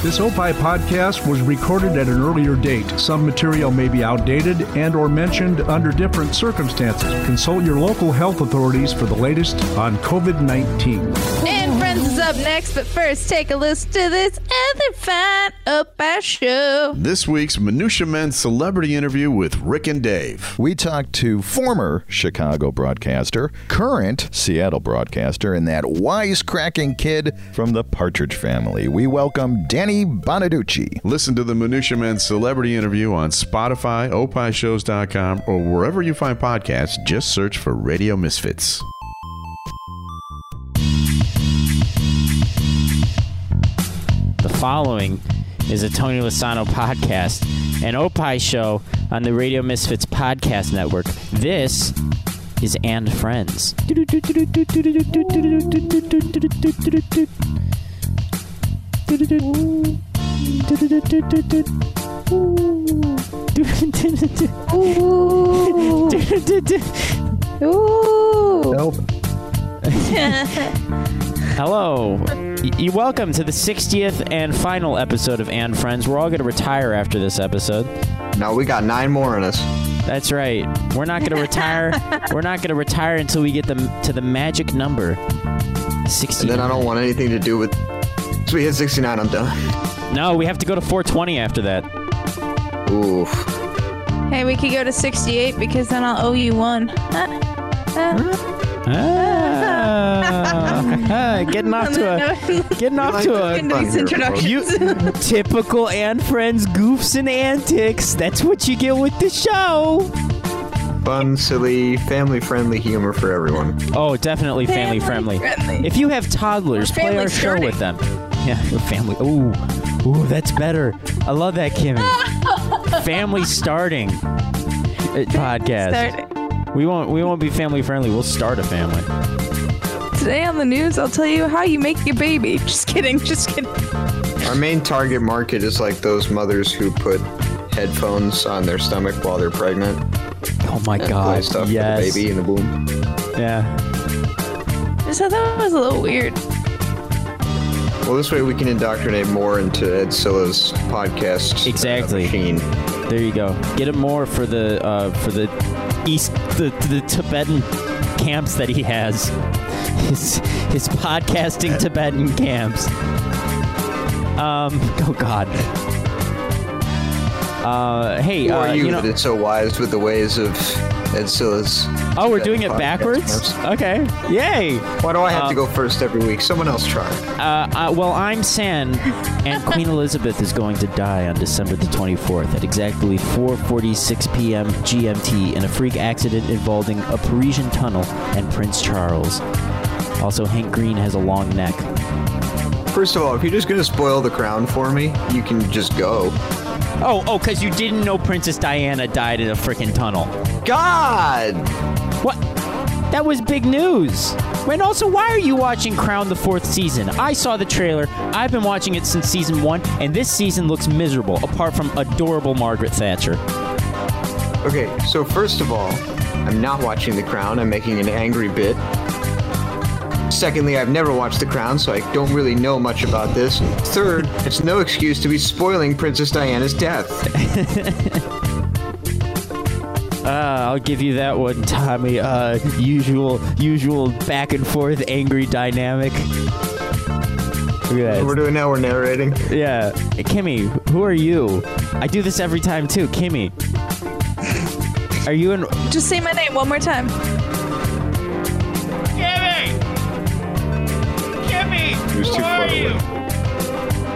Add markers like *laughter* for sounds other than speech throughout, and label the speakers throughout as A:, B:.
A: This OPI podcast was recorded at an earlier date. Some material may be outdated and or mentioned under different circumstances. Consult your local health authorities for the latest on COVID-19.
B: And Friends is up next, but first, take a listen to this other fine Opa show.
C: This week's Minutia Men celebrity interview with Rick and Dave.
D: We talked to former Chicago broadcaster, current Seattle broadcaster, and that wisecracking kid from the Partridge family. We welcome Danny Bonaducci.
C: Listen to the Minutia Men celebrity interview on Spotify, opishows.com, or wherever you find podcasts. Just search for Radio Misfits.
E: The following is a Tony Lasano podcast, an Opie show on the Radio Misfits podcast network. This is And Friends.
B: Ooh. Ooh.
A: Nope.
E: Hello. Y- You welcome to the 60th and final episode of And Friends. We're all going to retire after this episode.
F: No, we got nine more in us.
E: That's right. We're not going to
F: *laughs*
E: retire. We're not going to retire until we get them to the magic number. 60.
F: And then I don't want anything to do with. So we hit 69, I'm done.
E: No, we have to go to 420 after that.
F: Oof.
B: Hey, we could go to 68 because then I'll owe you one. *laughs*
E: Ah. *laughs* getting off to a getting off to a
F: Fuck
B: Nice
F: your
B: introduction.
E: you typical and friends goofs and antics. That's what you get with the show.
F: Fun, silly, family friendly humor for everyone.
E: Oh, definitely family,
B: Family
E: friendly.
B: friendly.
E: If you have toddlers, play
B: Family
E: our show
B: skirting.
E: with them. Yeah, your family. Ooh, ooh, that's better. I love that, Kimmy. family starting uh, podcast.
B: Start.
E: We won't. We won't be family friendly. We'll start a family.
B: Today on the news, I'll tell you how you make your baby. *laughs* Just kidding, just kidding.
F: Our main target market is like those mothers who put headphones on their stomach while they're pregnant
E: Oh my
F: and play
E: god.
F: stuff
E: yes.
F: for the baby in the womb.
E: Yeah.
B: I thought that was a little weird.
F: Well, this way we can indoctrinate more into Ed Silla's podcast. uh,
E: Exactly.
F: machine.
E: There you go. Get him more for the uh, for the east the the Tibetan camps that he has. *laughs* His his podcasting Tibetan camps. Um. Oh God. Uh. Hey.
F: Or
E: Uh,
F: you,
E: you know.
F: that it's so wise with the ways of Ed Silla's.
E: Oh, we're doing it
F: podcast
E: backwards.
F: camps.
E: Okay. Yay.
F: Why do I have
E: Um,
F: to go first every week? Someone else try.
E: Uh, uh, well, I'm San, and Queen Elizabeth is going to die on December the 24th at exactly 4:46 p.m. GMT in a freak accident involving a Parisian tunnel and Prince Charles. Also, Hank Green has a long neck.
F: First of all, if you're just gonna spoil the crown for me, you can just go.
E: Oh, oh, because you didn't know Princess Diana died in a freaking tunnel.
F: God!
E: What? That was big news. And also, why are you watching Crown the fourth season? I saw the trailer. I've been watching it since season one, and this season looks miserable, apart from adorable Margaret Thatcher.
F: Okay, so first of all, I'm not watching The Crown. I'm making an angry bit. Secondly, I've never watched The Crown, so I don't really know much about this. Third, it's no excuse to be spoiling Princess Diana's death.
E: Uh, I'll give you that one, Tommy. Uh, usual, usual back and forth, angry dynamic. Look at
F: We're
E: that.
F: doing now. We're narrating.
E: Yeah, Hey, Kimmy, who are you? I do this every time too, Kimmy. Are you in? uh,
B: Just say my name one more time. *laughs*
F: It was too far away.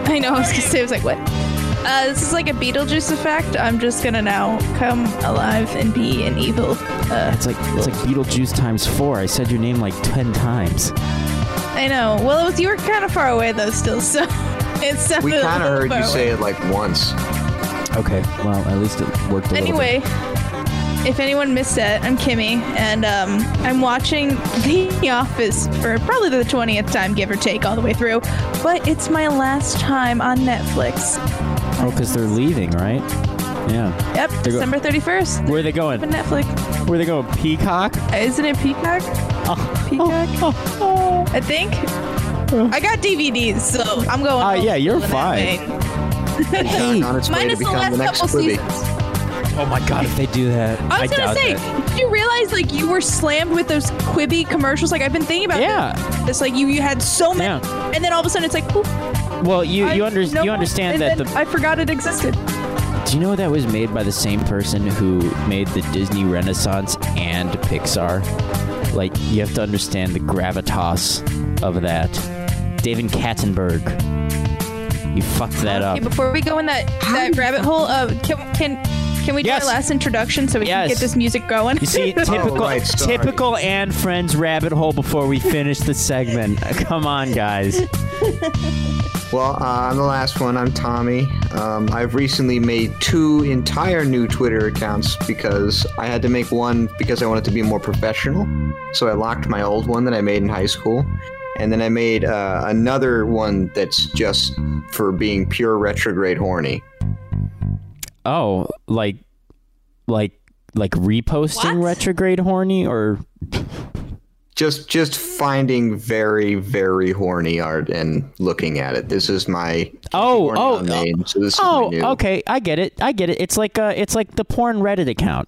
B: I know, I was gonna say, I was like, what? Uh, this is like a Beetlejuice effect. I'm just gonna now come alive and be an evil. Uh,
E: It's like it's like Beetlejuice times four. I said your name like ten times.
B: I know. Well, it was you were kind of far away though, still. So *laughs* it sounded.
F: We
B: a
F: kind of
B: little
F: heard
B: far
F: you
B: away.
F: say it like once.
E: Okay, well at least it worked. A little bit.
B: Anyway, if anyone missed it, I'm Kimmy, and um, I'm watching *laughs* The Office for probably the 20th time, give or take, all the way through. But it's my last time on Netflix.
E: oh, because they're leaving, right? Yeah.
B: Yep,
E: go-
B: December 31st.
E: Where are they going?
B: On Netflix.
E: Where are they going? Peacock? *laughs*
B: Isn't it Peacock?
E: Oh,
B: Peacock?
E: oh, oh, oh.
B: I think. I got DVDs, so I'm going.
E: Ah,
B: old
E: yeah, you're
B: school in that
E: fine.
B: vein. *laughs*
E: Hey,
F: on its way to
B: Minus the
F: become
B: last
F: the next
B: couple
F: Quibi.
B: seasons.
E: oh my god, if they do that,
B: I was gonna
E: doubt
B: say,
E: that.
B: did you realize like you were slammed with those Quibi commercials? Like I've been thinking about.
E: Yeah.
B: this. It's like you you had so many,
E: Yeah.
B: and then all of a sudden it's like, oop,
E: Well, you
B: I-
E: you, under,
B: no
E: you
B: more.
E: understand
B: And
E: that
B: then
E: the
B: I forgot it existed.
E: Do you know that was made by the same person who made the Disney Renaissance and Pixar? Like, you have to understand the gravitas of that. David Katzenberg. You fucked that uh, up.
B: Okay, before we go in that, that rabbit hole, uh, can can can we do
E: Yes.
B: our last introduction so we
E: Yes.
B: can get this music going? *laughs*
E: You
F: *laughs*
E: see, typical,
F: Oh, right, sorry.
E: typical Anne Friends rabbit hole before we finish
B: *laughs*
E: the segment. Come on, guys.
F: Well, uh, I'm the last one. I'm Tommy. Um, I've recently made two entire new Twitter accounts because I had to make one because I wanted to be more professional. So I locked my old one that I made in high school. And then I made uh, another one that's just for being pure retrograde horny.
E: Oh, like, like, like reposting retrograde horny or
F: Just just finding very very horny art and looking at it. This is my
E: Oh,
F: horny
E: oh,
F: on main, so this
E: oh,
F: is my new.
E: okay, I get it, I get it. It's like uh, it's like the porn Reddit account.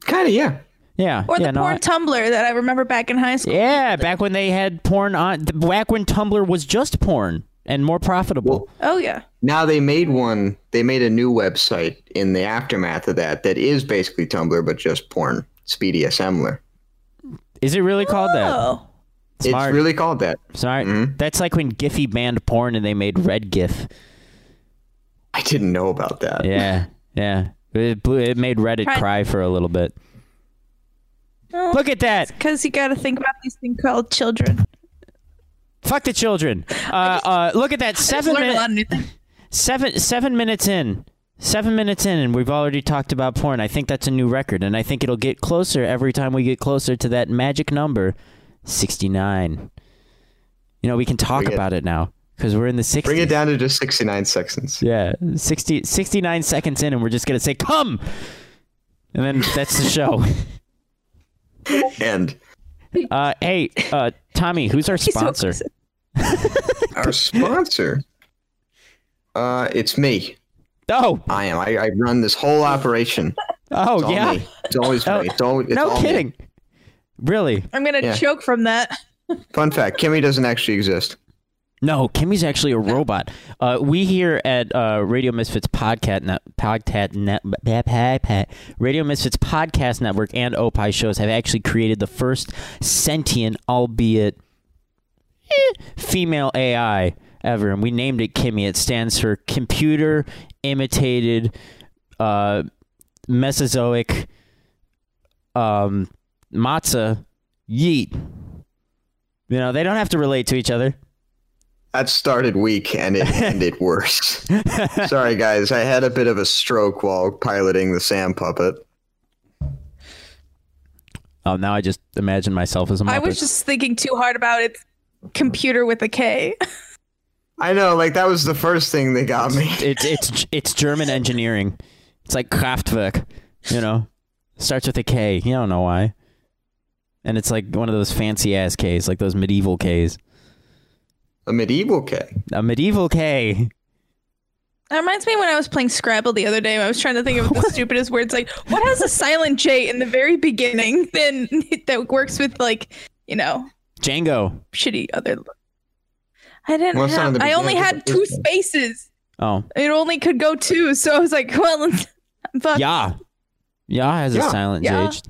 F: Kind of yeah.
E: Yeah.
B: or the
E: yeah, no,
B: porn
E: I-
B: Tumblr that I remember back in high school.
E: yeah, back when they had porn on, th- back when Tumblr was just porn and more profitable.
B: Oh yeah.
F: Now they made one. They made a new website in the aftermath of that. That is basically Tumblr, but just porn. It's BDSMler.
E: Is it really called that?
B: Oh.
E: Smart.
F: It's really called that.
E: Sorry, that's like when Giphy banned porn and they made Red GIF.
F: I didn't know about
B: *laughs*
F: that.
E: Yeah, yeah. It, blew, it made Reddit
B: Right. Oh.
E: cry for a little bit. Look at that!
B: Because you got to think about these things called children.
E: Fuck
B: *laughs*
E: the children. Uh, uh, look at that! Seven
B: Learn a
E: minutes.
B: lot of new things. *laughs*
E: seven seven minutes in seven minutes in and we've already talked about porn i think that's a new record and i think it'll get closer every time we get closer to that magic number 69 you know we can talk
F: Bring it-
E: about it, now because we're in the 60s
F: Bring it down to just 69 seconds.
E: yeah 60, 69 seconds in and we're just gonna say come and then that's the
B: *laughs*
E: show
F: And
E: uh, hey uh, tommy who's our
B: He's so
E: sponsor
B: excited.
F: our sponsor. Uh, it's me.
E: oh
F: I am. I, I run this whole operation. It's
E: oh
F: all
E: yeah
F: me. It's always
E: Oh,
F: me. It's always,
E: *laughs*
F: it's
E: no
F: all me.
E: kidding really
B: I'm gonna
F: Yeah.
B: choke from that.
F: Fun fact: Kimmy doesn't actually exist.
E: No, Kimmy's actually a robot. Uh, we here at uh, Radio Misfits podcast net, podcast net, bah, bah, bah, Radio Misfits podcast network and Opie shows have actually created the first sentient, albeit eh, female AI ever, and we named it Kimmy. It stands for Computer Imitated uh, Mesozoic um, Matzah Yeet. You know they don't have to relate to each other.
F: That started weak and
E: *laughs*
F: it ended worse. Sorry, guys. I had a bit of a stroke while piloting the Sam puppet.
E: Oh, now I just imagine myself as a Muppet.
B: I was just thinking too hard about it. Computer with a K.
F: I know, like that was the first thing they got me.
E: it's
B: *laughs*
E: it's it's German engineering. It's like Kraftwerk, you know. Starts with a K. You don't know why. And it's like one of those fancy ass K's, like those medieval K's.
F: A medieval K.
E: A medieval K.
B: That reminds me when I was playing Scrabble the other day. I was trying to think *laughs* of the stupidest words. Like, what has a silent J in the very beginning? *laughs* Then that works with like, you know,
E: Django.
B: shitty other. I didn't.
F: Well, it's not in
B: have,
F: the
B: I only
F: beginning,
B: had
F: it's the
B: two
F: first one.
B: spaces.
E: Oh,
B: It only could go two. So I was like, *laughs* well, fuck.
E: yeah. Yeah has
F: Yeah.
E: a silent
B: Yeah.
E: J.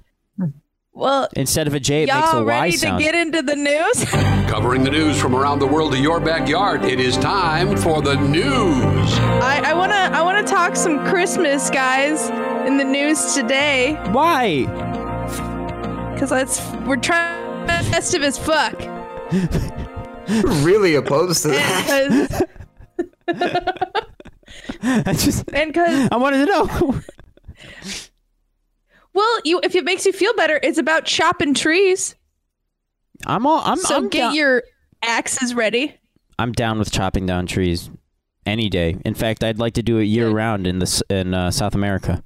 B: Well,
E: Instead of a J, it makes a
B: y'all
E: Y
B: ready to
E: sound.
B: get into the news? *laughs*
G: Covering the news from around the world to your backyard, it is time for the news.
B: I, I wanna I wanna talk some Christmas, guys, in the news today,
E: Why? *laughs*
B: cause let's we're trying to be festive as fuck.
F: You're *laughs* really opposed to that.
B: And cause,
E: I just
B: and 'cause-
E: I wanted to know. *laughs*
B: well, you if it makes you feel better, it's about chopping trees.
E: I'm all I'm
B: So
E: Mm, I'm
B: get
E: down-
B: your axes ready.
E: I'm down with chopping down trees any day. In fact, I'd like to do it year round in this in uh, South America.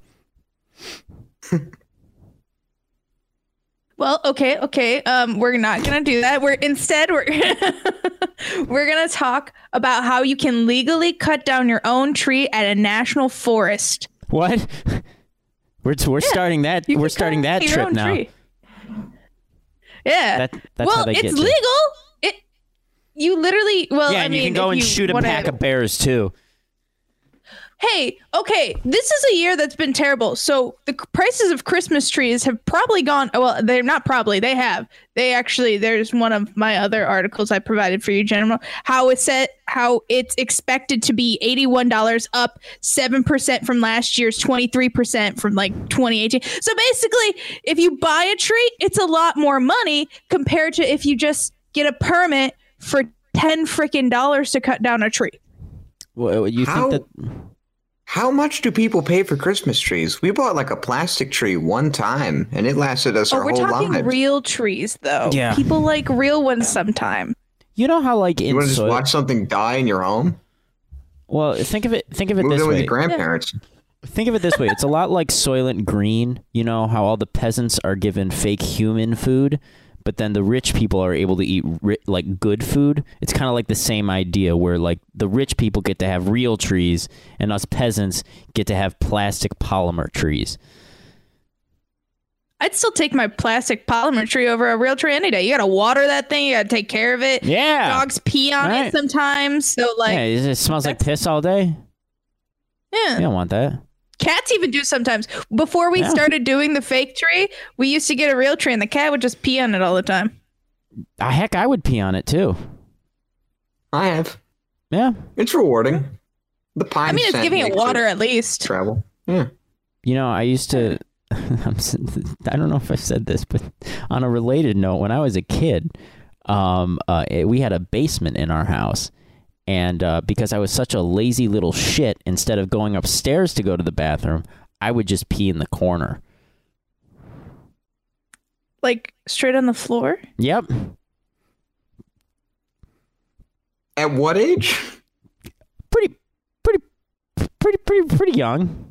B: Well, okay, okay. Um, we're not gonna do that. We're instead we're *laughs* we're gonna talk about how you can legally cut down your own tree at a national forest.
E: What? *laughs* We're we're starting that
B: You
E: we're
B: can cut
E: starting that
B: your
E: trip
B: own
E: now.
B: tree. Yeah.
E: That- that's
B: well,
E: how they
B: it's
E: get you.
B: legal. It you literally well
E: yeah,
B: I
E: and
B: mean
E: you can go
B: if
E: and
B: you
E: shoot a
B: wanna-
E: pack of bears too.
B: Hey, okay, this is a year that's been terrible. So the c- prices of Christmas trees have probably gone. Well, they're not probably. They have. They actually. There's one of my other articles I provided for you, General. How it's set. How it's expected to be eighty-one dollars, up seven percent from last year's twenty-three percent from like 2018. So basically, if you buy a tree, it's a lot more money compared to if you just get a permit for ten freaking dollars to cut down a tree.
E: Well, you
F: How-
E: think that
F: How much do people pay for Christmas trees? We bought like a plastic tree one time, and it lasted us
B: Oh,
F: our
B: we're
F: whole
B: talking
F: lives.
B: real trees, though.
E: Yeah.
B: People like real ones sometime.
E: you know how like
F: you
E: in
F: want to just
E: soil,
F: watch something die in your home?
E: well think of it think of it
F: Move
E: this
F: in with
E: way
F: your grandparents.
E: think of it this way it's a lot like soylent green you know how all the peasants are given fake human food but then the rich people are able to eat ri- like good food it's kind of like the same idea where like the rich people get to have real trees and us peasants get to have plastic polymer trees
B: I'd still take my plastic polymer tree over a real tree any day. You gotta water that thing. You gotta take care of it.
E: yeah
B: Dogs pee on
E: Right.
B: it sometimes. So like,
E: yeah,
B: yeah.
E: it just smells like piss
B: *laughs*
E: all day you don't want that
B: Cats even do sometimes. Before we
E: Yeah.
B: started doing the fake tree, we used to get a real tree, and the cat would just pee on it all the time.
E: Ah, heck i would pee on it too
F: I have.
E: yeah
F: It's rewarding. The pine.
B: I mean, it's
F: scent
B: giving it
F: makes
B: water at least.
F: Travel. Yeah.
E: You know, I used to. *laughs* I'm, s- I don't know if I've said this, but on a related note, when I was a kid, um, uh, eh, we had a basement in our house, and uh, because I was such a lazy little shit, instead of going upstairs to go to the bathroom, I would just pee in the corner.
B: Like straight on the floor.
E: Yep,
F: At what age?
E: pretty, pretty, pretty, pretty, pretty young.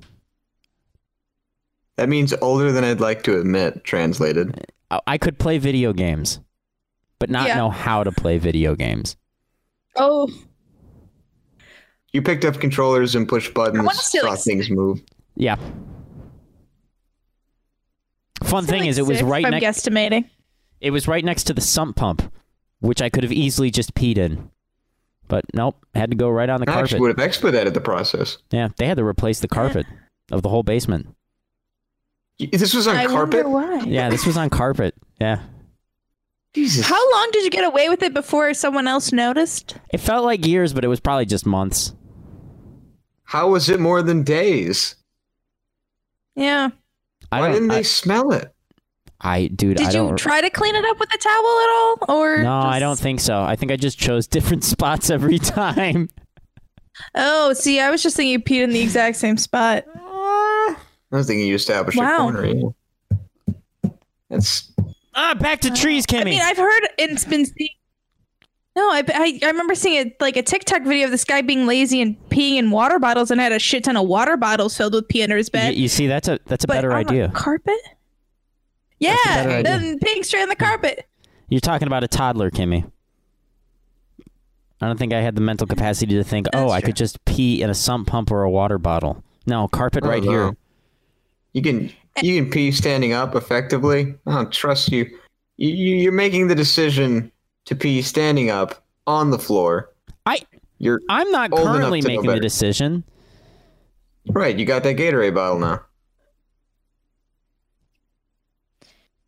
F: That means older than I'd like to admit. Translated.
E: I, I could play video games, but not
B: Yeah.
E: know how to play video games.
B: Oh,
F: You picked up controllers and push buttons.
B: wanna say,
F: Saw
B: like,
F: things move.
E: Yeah. Fun thing
B: like
E: is, it was
B: six,
E: right
B: if I'm
E: next.
B: guesstimating.
E: It was right next to the sump pump, which I could have easily just peed in. But nope, had to go right on the
F: I actually
E: carpet.
F: would have expedited the process.
E: Yeah, they had to replace the carpet of the whole basement.
F: Y- This was on
B: I
F: carpet.
B: wonder why.
E: Yeah, this was on carpet. Yeah.
F: Jesus.
B: How long did you get away with it before someone else noticed?
E: It felt like years, but it was probably just months.
F: How was it more than days?
B: Yeah.
E: I
F: Why
E: don't-
F: didn't
E: I,
F: they smell it?
E: I dude, I
B: Did
E: don't
B: you try to clean it up with a towel at all? Or
E: No,
B: just-
E: I don't think so. I think I just chose different *laughs* spots
B: *laughs*
E: every time.
B: Oh, see, I was just thinking you peed in the exact same spot. Uh,
F: I was thinking you established
B: Wow.
F: a corner. yeah. That's
E: ah, back to trees, Kimmy.
B: I mean, I've heard it's been seen. No, I, I, I remember seeing a, like a TikTok video of this guy being lazy and peeing in water bottles and had a shit ton of water bottles filled with pee under his bed.
E: you, you see, that's a that's a
B: but
E: better
B: on
E: idea.
B: Carpet?
E: better
B: Yeah,
E: idea.
B: then peeing straight on the carpet.
E: You're talking about a toddler, Kimmy. I don't think I had the mental capacity to think, oh, I could just pee in a sump pump or a water bottle. No, carpet
F: I
E: right
F: don't
E: here.
F: know. You can you can pee standing up effectively. I don't trust you. You, you. You're making the decision to pee standing up on the floor.
E: I
F: You're
E: I'm not
F: Old enough
E: currently
F: to know
E: making the
F: better.
E: decision.
F: right. You got that Gatorade bottle now.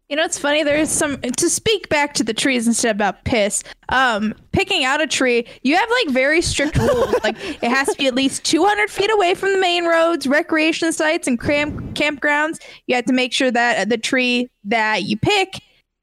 B: You know, it's funny. There's some to speak back to the trees instead about piss. Um, picking out a tree, you have like very strict rules. like it has to be at least 200 feet away from the main roads, recreation sites, and cram- campgrounds. You have to make sure that the tree that you pick,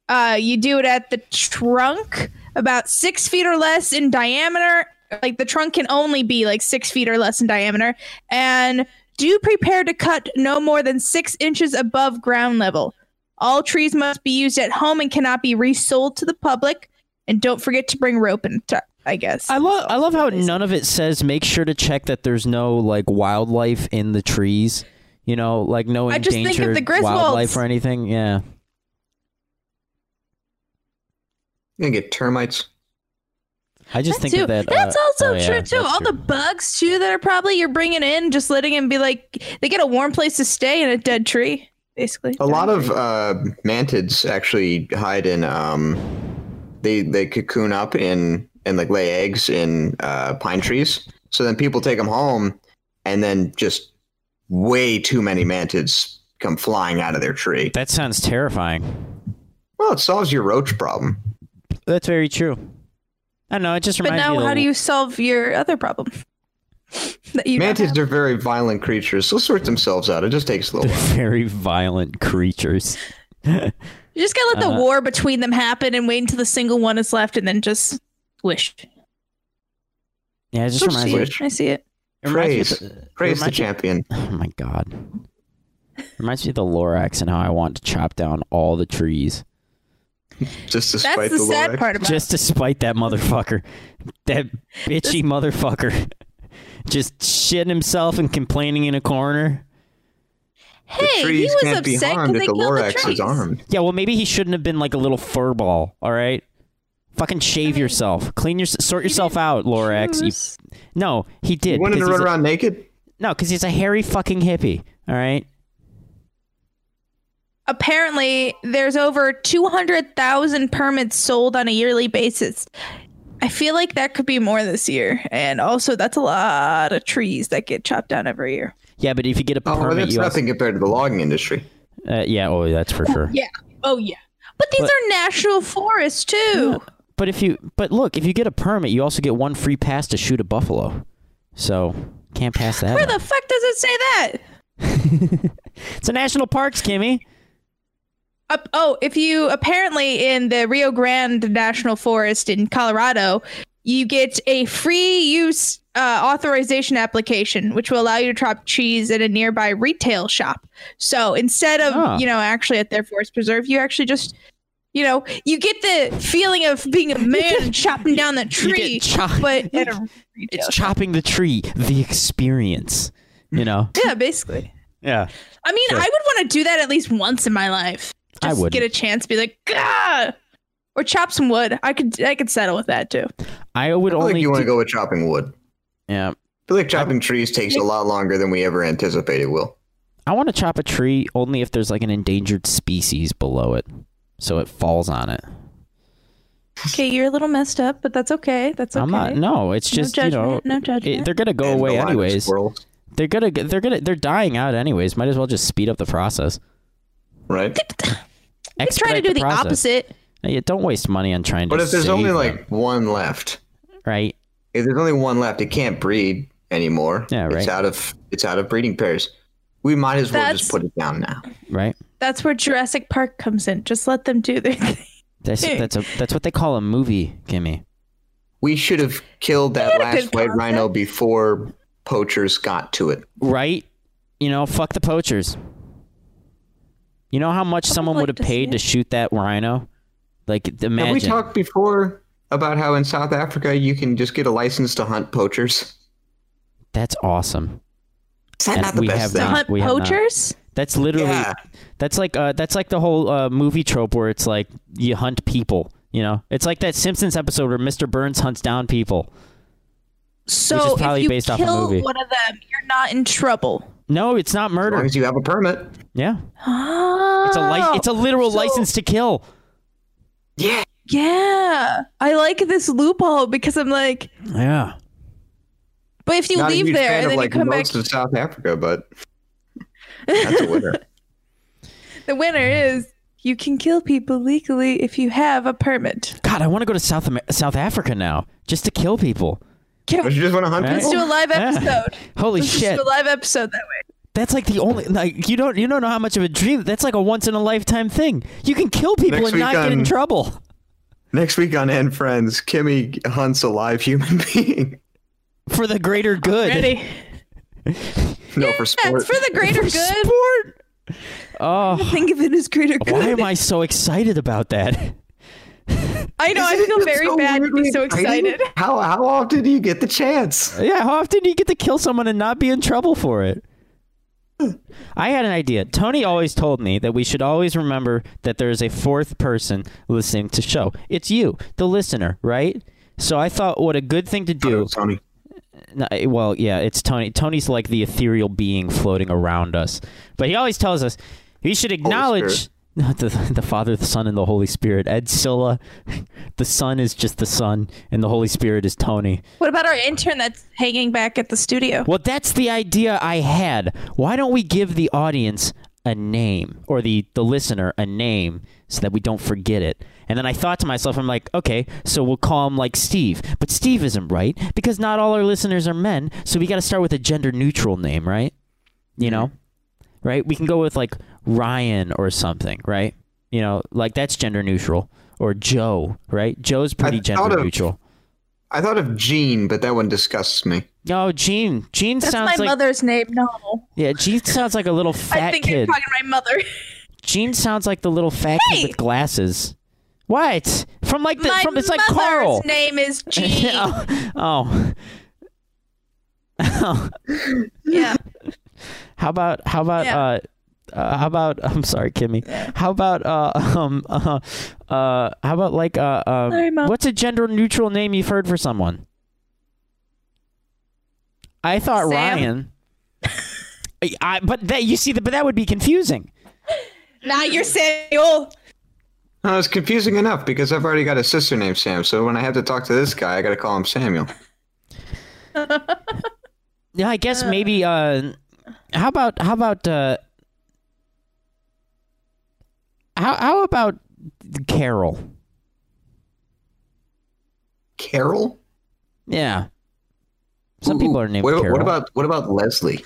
B: uh, you do it at the trunk about six feet or less in diameter. Like the trunk can only be like six feet or less in diameter, and do prepare to cut no more than six inches above ground level. All trees must be used at home and cannot be resold to the public. And don't forget to bring rope and t- I guess.
E: I love I love how
B: Basically.
E: none of it says make sure to check that there's no like wildlife in the trees. You know, like no
B: I just
E: endangered
B: think of the Griswolds.
E: wildlife or anything. Yeah.
F: gonna get termites.
E: I just think
B: too.
E: of that. uh,
B: That's also
E: oh, yeah,
B: true too.
E: that's
B: All
E: true.
B: the bugs too that are probably you're bringing in, just letting them be like they get a warm place to stay in a dead tree, basically.
F: A lot of uh, mantids actually hide in. Um, they they cocoon up in and like lay eggs in uh, pine trees. So then people take them home, and then just way too many mantids come flying out of their tree.
E: That sounds terrifying.
F: Well, it solves your roach problem.
E: That's very true. I don't know. It just
B: But
E: reminds me.
B: now,
E: of the-
B: how do you solve your other problem? *laughs* that you don't
F: Mantids are very violent creatures. They'll sort themselves out. It just takes a little. while.
E: Very violent creatures.
B: You just gotta
F: Uh-huh.
B: let the war between them happen and wait until the single one is left and then just swish.
E: Yeah, it just
B: Swish,
E: reminds
B: see it.
E: me.
B: I see it.
E: *laughs* it reminds me of
F: Praise.
E: the- it
F: Praise
E: reminds
F: the
E: me-
F: champion.
E: Oh my god. Reminds me of the Lorax and how I want to chop down all the trees.
B: That's
F: Just despite
B: the,
F: the
B: sad
F: Lorax.
B: part about
E: Just to spite that motherfucker. That bitchy motherfucker. Just shitting himself and complaining in a corner.
B: it.
F: The
B: Hey, he
F: trees
B: was
F: can't be
B: upset 'cause
F: harmed
B: they
F: if the
B: killed
F: Lorax
B: trees.
F: is armed.
E: Yeah, well, maybe he shouldn't have been like a little furball, all right? Fucking shave yourself. Clean your sort yourself out, Lorax. You-
B: Choose.
E: no, he did.
F: You wanted to
E: because he's
F: run
E: a-
F: around naked?
E: No, because he's a hairy fucking hippie, all right?
B: Apparently, there's over 200,000 permits sold on a yearly basis. I feel like that could be more this year. And also, that's a lot of trees that get chopped down every year.
E: Yeah, but if you get a
F: Oh, well,
E: permit,
F: that's
E: you also-
F: nothing compared to the logging industry.
E: uh, yeah, oh, that's for sure.
B: Yeah. Oh, yeah. But these are national forests, too.
E: But if you but look, if you get a permit, you also get one free pass to shoot a buffalo. So can't pass that.
B: Where
E: up.
B: the fuck does it say that?
E: *laughs* it's a national parks, Kimmy.
B: Up, oh, if you apparently in the Rio Grande National Forest in Colorado, you get a free use uh, authorization application, which will allow you to chop cheese at a nearby retail shop. So instead of
E: Ah.
B: you know actually at their forest preserve, you actually just you know you get the feeling of being a man
E: *laughs*
B: and chopping down that
E: You get
B: tree,
E: chop-
B: but at a retail
E: *laughs* it's
B: shop.
E: chopping the tree, the experience. You know.
B: yeah, basically.
E: Yeah.
B: I mean, I would want to do that at least once in my life.
E: I
B: Just
E: wouldn't.
B: get a chance to be like, Gah! or chop some wood. I could I could settle with that
E: *laughs*
B: too.
E: I would
F: I feel
E: only.
F: like you want to
E: do-
F: go with chopping wood.
E: yeah.
F: I feel like chopping trees takes a lot longer than we ever anticipated will.
E: I want to chop a tree only if there's like an endangered species below it, so it falls on it.
B: Okay, you're a little messed up, but that's okay. That's okay.
E: I'm
B: *laughs*
E: not. No, it's
B: No
E: just you know.
B: judgment, no
E: it-
B: judgment.
E: they're gonna go
F: And
E: away
F: the line of
E: anyways.
F: squirrels,
E: They're gonna. They're gonna. They're dying out anyways. Might as well just speed up the process.
F: right?
B: I try to
E: Expedite
B: do the,
E: process.
B: opposite.
E: Now, Yeah, don't waste money on trying to.
F: But if there's
E: save
F: only
E: them,
F: like one left,
E: right,
F: if there's only one left, it can't breed anymore.
E: Yeah, right.
F: It's out of it's out of breeding pairs. We might as well
B: That's-
F: just put it down now.
E: right.
B: That's where Jurassic Park comes in. Just let them do their *laughs* thing.
E: That's
B: Hey.
E: that's a that's what they call a movie, Kimmy.
F: We should have killed that
B: had a
F: last
B: good
F: white
B: concept.
F: rhino before poachers got to it.
E: Right? You know, fuck the poachers. You know how much someone
B: like
E: would have
B: to see
E: paid to
B: it.
E: shoot that rhino? Like imagine.
F: Have we talked before about how in South Africa you can just get a license to hunt poachers?
E: that's awesome.
F: Is that
E: And
F: not the
E: we
F: best
E: have
F: thing?
E: not.
B: Hunt
E: we have not.
B: poachers?
E: That's literally
F: Yeah.
E: that's like uh, that's like the whole uh, movie trope where it's like you hunt people. You know, it's like that Simpsons episode where Mr. Burns hunts down people. Which is
B: So
E: probably
B: if you
E: based off a
B: kill
E: movie.
B: one of them, you're not in trouble.
E: No, it's not
F: As long
E: murder.
F: as you have a permit.
E: Yeah,
B: Oh,
E: it's a li- it's a literal
B: so-
E: license to kill.
F: Yeah.
B: yeah. I like this loophole because I'm like,
E: Yeah,
B: but if you
F: Not a
B: leave
F: huge
B: there
F: fan
B: and
F: of
B: then
F: like
B: you come back
F: most of South Africa, but
B: *laughs*
F: that's a winner.
B: The winner is you can kill people legally if you have a permit.
E: God, I want to go to South Amer- South Africa now just to kill people.
B: Can
E: *laughs*
F: Don't you just want to hunt
E: Right.
B: let's
F: people?
B: do a live
E: Yeah.
B: episode.
E: Holy
B: Let's
E: shit!
B: just do a live episode that way.
E: That's like the only like you don't you don't know how much of a dream that's like a once in a lifetime thing. You can kill people
F: Next
E: and not
F: week
E: get in
F: on-
E: trouble. *laughs*
F: Next week on End Friends, Kimmy hunts a live human *laughs* being.
E: For the greater good.
B: Ready?
F: no, for
B: Yeah,
F: sport.
B: it's for the greater good.
E: Sport. Oh,
B: Think of it as greater good.
E: why am I so excited about that? *laughs*
B: I know. I
F: Isn't
B: feel
F: it
B: very
F: so
B: bad to be
F: weirdly
B: so
F: exciting?
B: excited.
F: How how often do you get the chance?
E: Yeah, how often do you get to kill someone and not be in trouble for it? I had an idea. Tony always told me that we should always remember that there is a fourth person listening to show. It's you, the listener, right? So I thought what a good thing to do.
F: Tony.
E: No, eh, well, yeah, it's Tony. Tony's like the ethereal being floating around us. But he always tells us we should acknowledge *laughs* the, the Father, the Son, and the Holy Spirit. Ed Silla, *laughs* the Son is just the Son, and the Holy Spirit is Tony.
B: What about our intern that's hanging back at the studio?
E: Well, that's the idea I had. Why don't we give the audience a name or the, the listener a name so that we don't forget it? And then I thought to myself, I'm like, okay, so we'll call him like Steve. But Steve isn't right because not all our listeners are men. So we got to start with a gender neutral name, right? You know? Right? We can go with like Ryan or something, right? You know, like that's gender neutral. Or Joe, right? Joe's pretty
F: thought
E: gender
F: of-
E: neutral.
F: I thought of Gene, but that one disgusts me.
E: No, Oh, Gene. Gene
B: that's
E: sounds
B: my
E: like
B: mother's name. No,
E: yeah. Gene sounds like a little
B: *laughs* I
E: fat
B: think you're
E: kid.
B: talking my mother.
E: Gene sounds like the little fat kid
B: Hey!
E: with glasses. What? From like the
B: my
E: from it's like
B: mother's
E: Carl.
B: name
E: *laughs*
B: is Jean.
E: oh, oh.
B: Yeah,
E: How about how about
B: Yeah.
E: uh uh, how about *laughs* I'm sorry, Kimmy. How about uh, *laughs* um uh, uh how about like uh um
B: Sorry, Mom.
E: what's a gender neutral name you've heard for someone? I thought
B: Sam. *laughs*
E: Ryan. I, I but that you see that but that would be confusing.
B: not your Samuel.
F: No, it's confusing enough because I've already got a sister named Sam. So when I have to talk to this guy, I got to call him Samuel.
E: Yeah, I guess maybe. Uh, how about how about uh, how how about Carol?
F: Carol.
E: Yeah, some
F: Ooh,
E: people are named
F: What,
E: Carol.
F: what about what about Leslie?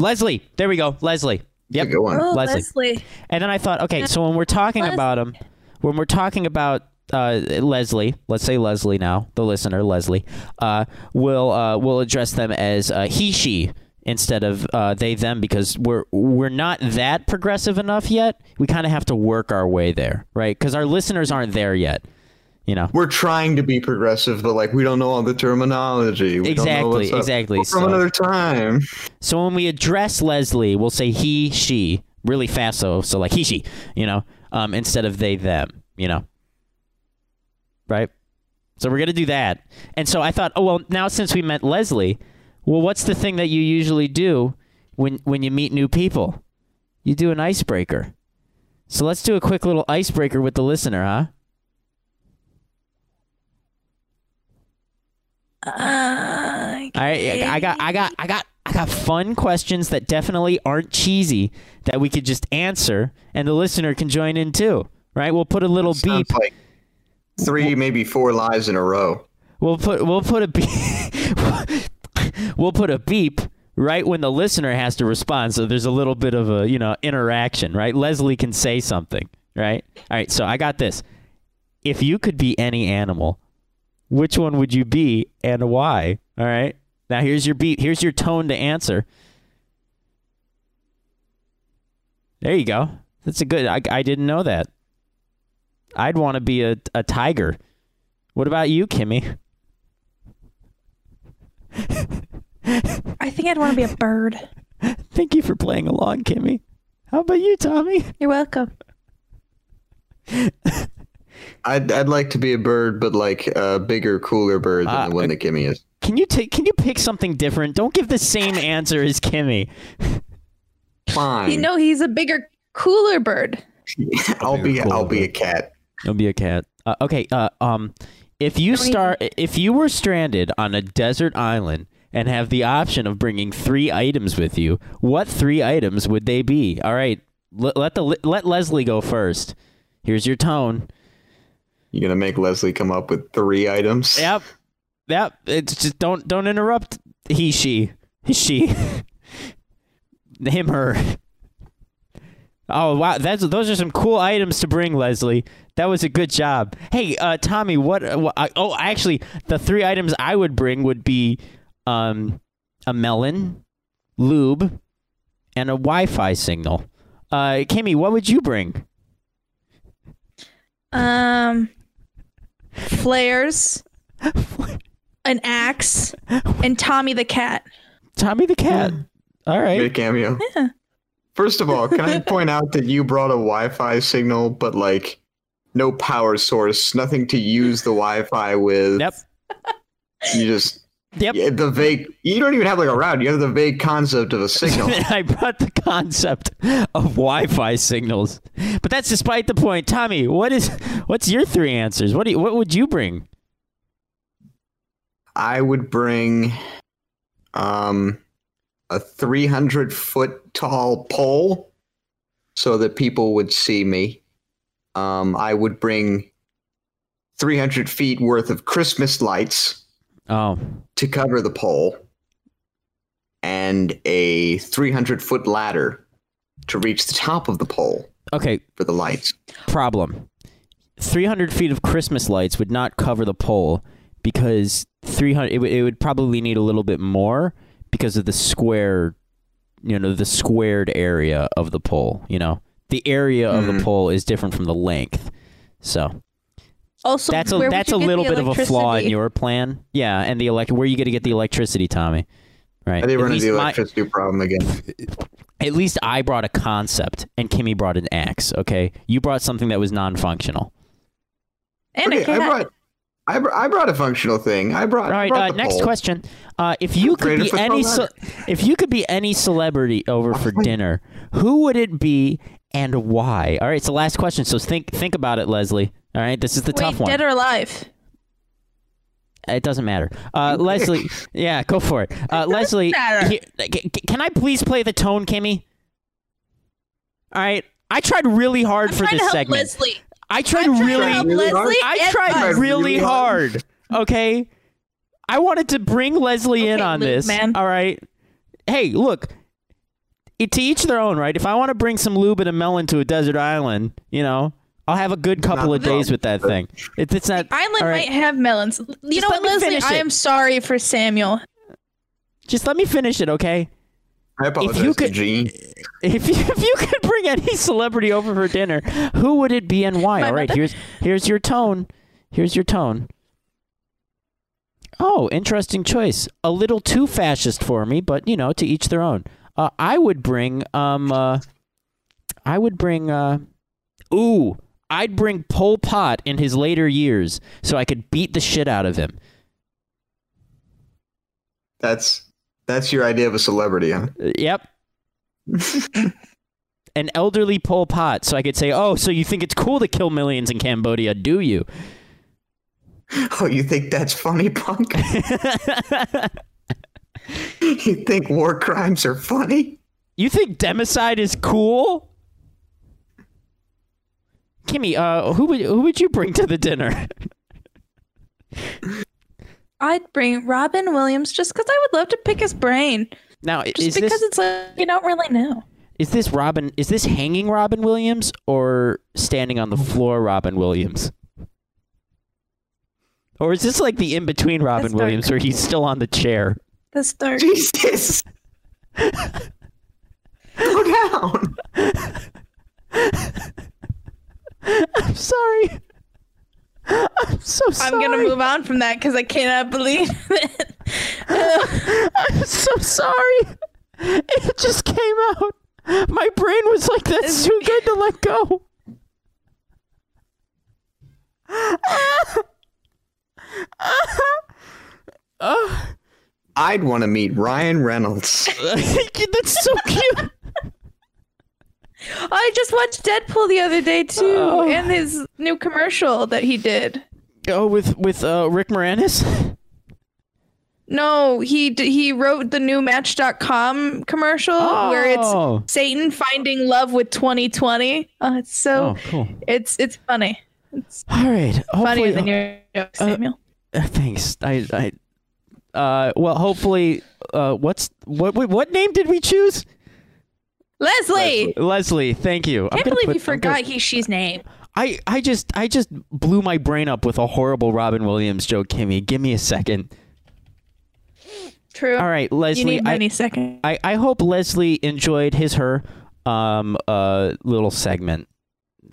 E: Leslie? There we go, Leslie. Yep.
F: Good one.
B: Oh,
E: Leslie.
B: Leslie.
E: And then I thought, okay, so when we're talking
B: Leslie.
E: about him, when we're talking about uh, Leslie, let's say Leslie now, the listener Leslie, uh, we'll uh, we'll address them as uh, he she instead of uh, they them because we're we're not that progressive enough yet. We kind of have to work our way there, right? Because our listeners aren't there yet. You know,
F: We're trying to be progressive, but like we don't know all the terminology. We don't know what's
E: Exactly,
F: up.
E: exactly,
F: We're from
E: so-
F: another time.
E: so when we address Leslie, we'll say he she really fast, so so like he she, you know, um, instead of they them, you know. right? So we're gonna do that. And so I thought, oh well, now since we met Leslie, well, what's the thing that you usually do when when you meet new people? You do an icebreaker. So let's do a quick little icebreaker with the listener, huh? All right, I got, I got, I got, I got fun questions that definitely aren't cheesy that we could just answer, and the listener can join in too, right? We'll put a little beep
F: Sounds like three, maybe four lies in a row.
E: We'll put we'll put a beep. *laughs* we'll put a beep right when the listener has to respond. So there's a little bit of a you know interaction, right? Leslie can say something, right? All right. So I got this. If you could be any animal, which one would you be and why? All right. Now here's your beat. Here's your tone to answer. There you go. That's a good. I, I didn't know that. I'd want to be a, a tiger. What about you, Kimmy?
B: I think I'd want to be a bird.
E: Thank you for playing along, Kimmy. How about you, Tommy?
B: You're welcome.
F: I'd I'd like to be a bird, but like a bigger, cooler bird than
E: Ah,
F: the one that Gimme is.
E: Can you take? Can you pick something different? Don't give the same answer as Kimmy.
F: Fine.
B: You know he's a bigger, cooler bird.
F: I'll be
C: cooler
F: I'll be a
C: bird.
F: cat.
E: It'll be a cat. Uh, okay. Uh, um, if you star, if you were stranded on a desert island and have the option of bringing three items with you, what three items would they be? All right. Let, let the let Leslie go first. Here's your tone.
F: You're gonna make Leslie come up with three items.
E: Yep. Yep. It's just don't don't interrupt he she. She *laughs* him her. Oh wow, that's those are some cool items to bring, Leslie. That was a good job. Hey, uh, Tommy, what? Uh, wha- I- oh, actually, the three items I would bring would be um, a melon, lube, and a Wi-Fi signal. Uh, Kimmy, what would you bring?
B: Um, flares, an axe, and Tommy the cat.
E: Tommy the cat. All right.
F: Big cameo. First of all, can I point out that you brought a Wi-Fi signal, but like no power source, nothing to use the Wi-Fi with.
E: Yep.
F: You just
E: Yep.
F: yeah, the vague. You don't even have like a route. You have the vague concept of
E: *laughs*
F: a signal.
E: I brought the concept of Wi-Fi signals, but that's despite the point. Tommy, what is what's your three answers? What do you, what would you bring?
F: I would bring um, a 300 foot tall pole so that people would see me. Um, I would bring 300 feet worth of Christmas lights
E: Oh,
F: to cover the pole and a 300 foot ladder to reach the top of the pole
E: okay.
F: for the lights.
E: Problem: three hundred feet of Christmas lights would not cover the pole because three hundred. It, would- it would probably need a little bit more because of the square, you know, the squared area of the pole. You know, the area of the pole is different from the length, so.
B: Also,
E: that's a
B: where would
E: that's
B: you
E: a
B: get
E: little
B: the
E: bit of a flaw in
B: electricity?
E: your plan. Yeah, and the elect where you going to get the electricity, Tommy? Right.
F: I think
E: at,
F: we're into
E: least
F: the
E: my-
F: electricity problem again.
E: at least I brought a concept, and Kimmy brought an axe. Okay, you brought something that was non-functional.
B: And a
F: Okay, I
B: cat.
F: brought, I, br- I brought a functional thing. I brought.
E: All right.
F: brought
E: Uh,
F: the
E: next
F: pole.
E: question. Uh, if you could
F: Greater
E: be
F: for
E: any
F: Tom
E: ce- if you could be any celebrity over for dinner, who would it be and why? All right. It's the last question, so think think about it, Leslie. All right. This is the
B: Wait,
E: tough one.
B: dead or alive?
E: It doesn't matter. Uh,
B: *laughs*
E: Leslie, yeah, go for it. Uh, Leslie,
B: matter.
E: here- c- c- can I please play the tone, Kimmy? All right. I tried really hard for
B: Trying to
E: this
B: help
E: segment.
B: Leslie.
E: I tried
B: Trying to
E: really,
B: help
F: really hard?
B: Leslie
E: I
B: and
E: tried
B: us.
E: really
F: Really hard.
E: hard. Okay. I wanted to bring Leslie in
B: Okay,
E: on
B: Luke,
E: this.
B: man.
E: All right. Hey, look. It, to each their own, right? If I want to bring some lube and a melon to a desert island, you know, I'll have a good couple of days with that thing. It, it's not
B: Island
E: all right.
B: might have melons. You know
E: let
B: what,
E: me
B: Leslie?
E: finish
B: I
E: it.
B: am sorry for Samuel.
E: Just let me finish it, okay?
F: I apologize,
E: you could-
F: Gene.
E: If you, if you could bring any celebrity over for dinner, who would it be and why?
B: My
E: All right,
B: mother.
E: here's here's your tone. Here's your tone. Oh, interesting choice. A little too fascist for me, but you know, to each their own. Uh, I would bring um uh, I would bring uh, ooh, I'd bring Pol Pot in his later years so I could beat the shit out of him.
F: That's that's your idea of a celebrity, huh? *laughs*
B: *laughs*
E: Uh, Yep. An elderly Pol Pot, so I could say, "Oh, so you think it's cool to kill millions in Cambodia, do you?"
F: Oh, you think that's
E: *laughs*
F: funny, punk? you think war crimes are funny?
E: You think democide is cool? Kimmy, uh, who would who would you bring to the dinner? *laughs*
B: I'd bring Robin Williams just because I would love to pick his brain.
E: now, i-
B: Just
E: is
B: because
E: this
B: it's like you don't really know.
E: is this Robin? Is this hanging Robin Williams or standing on the floor Robin Williams? Or is this like the in between Robin
B: That's dark.
E: Williams, where he's still on the chair?
B: That's dark.
F: Jesus! Go down.
E: I'm sorry. I'm so sorry.
B: I'm gonna move on from that because I cannot believe *laughs* it.
E: I'm *laughs* so sorry. It just came out. My brain was like, that's too good to let go. *laughs*
F: I'd want to meet Ryan Reynolds.
E: that's so
B: *laughs*
E: cute.
B: I just watched Deadpool the other day too,
E: Oh.
B: and his new commercial that he did.
E: Oh, with with uh, Rick Moranis.
B: No, he d- he wrote the new Match.com commercial where
E: Oh.
B: it's Satan finding love with 2020. Oh, it's so
E: cool.
B: it's it's funny,
E: All right.
B: funnier
E: Hopefully-
B: than your joke, Samuel.
E: Uh, Thanks. I. I. Uh. Well, hopefully. Uh. What's what? What, what name did we choose?
B: Leslie,
E: Leslie. Thank
B: I
E: you. I'm
B: can't
E: gonna
B: believe
E: put-
B: you
E: I'm gonna-
B: forgot he she's name.
E: I, I just I just blew my brain up with a horrible Robin Williams joke, Kimmy. Give me a second.
B: True.
E: All right, Leslie.
B: you need
E: I,
B: many seconds.
E: I, I hope Leslie enjoyed his her um uh little segment.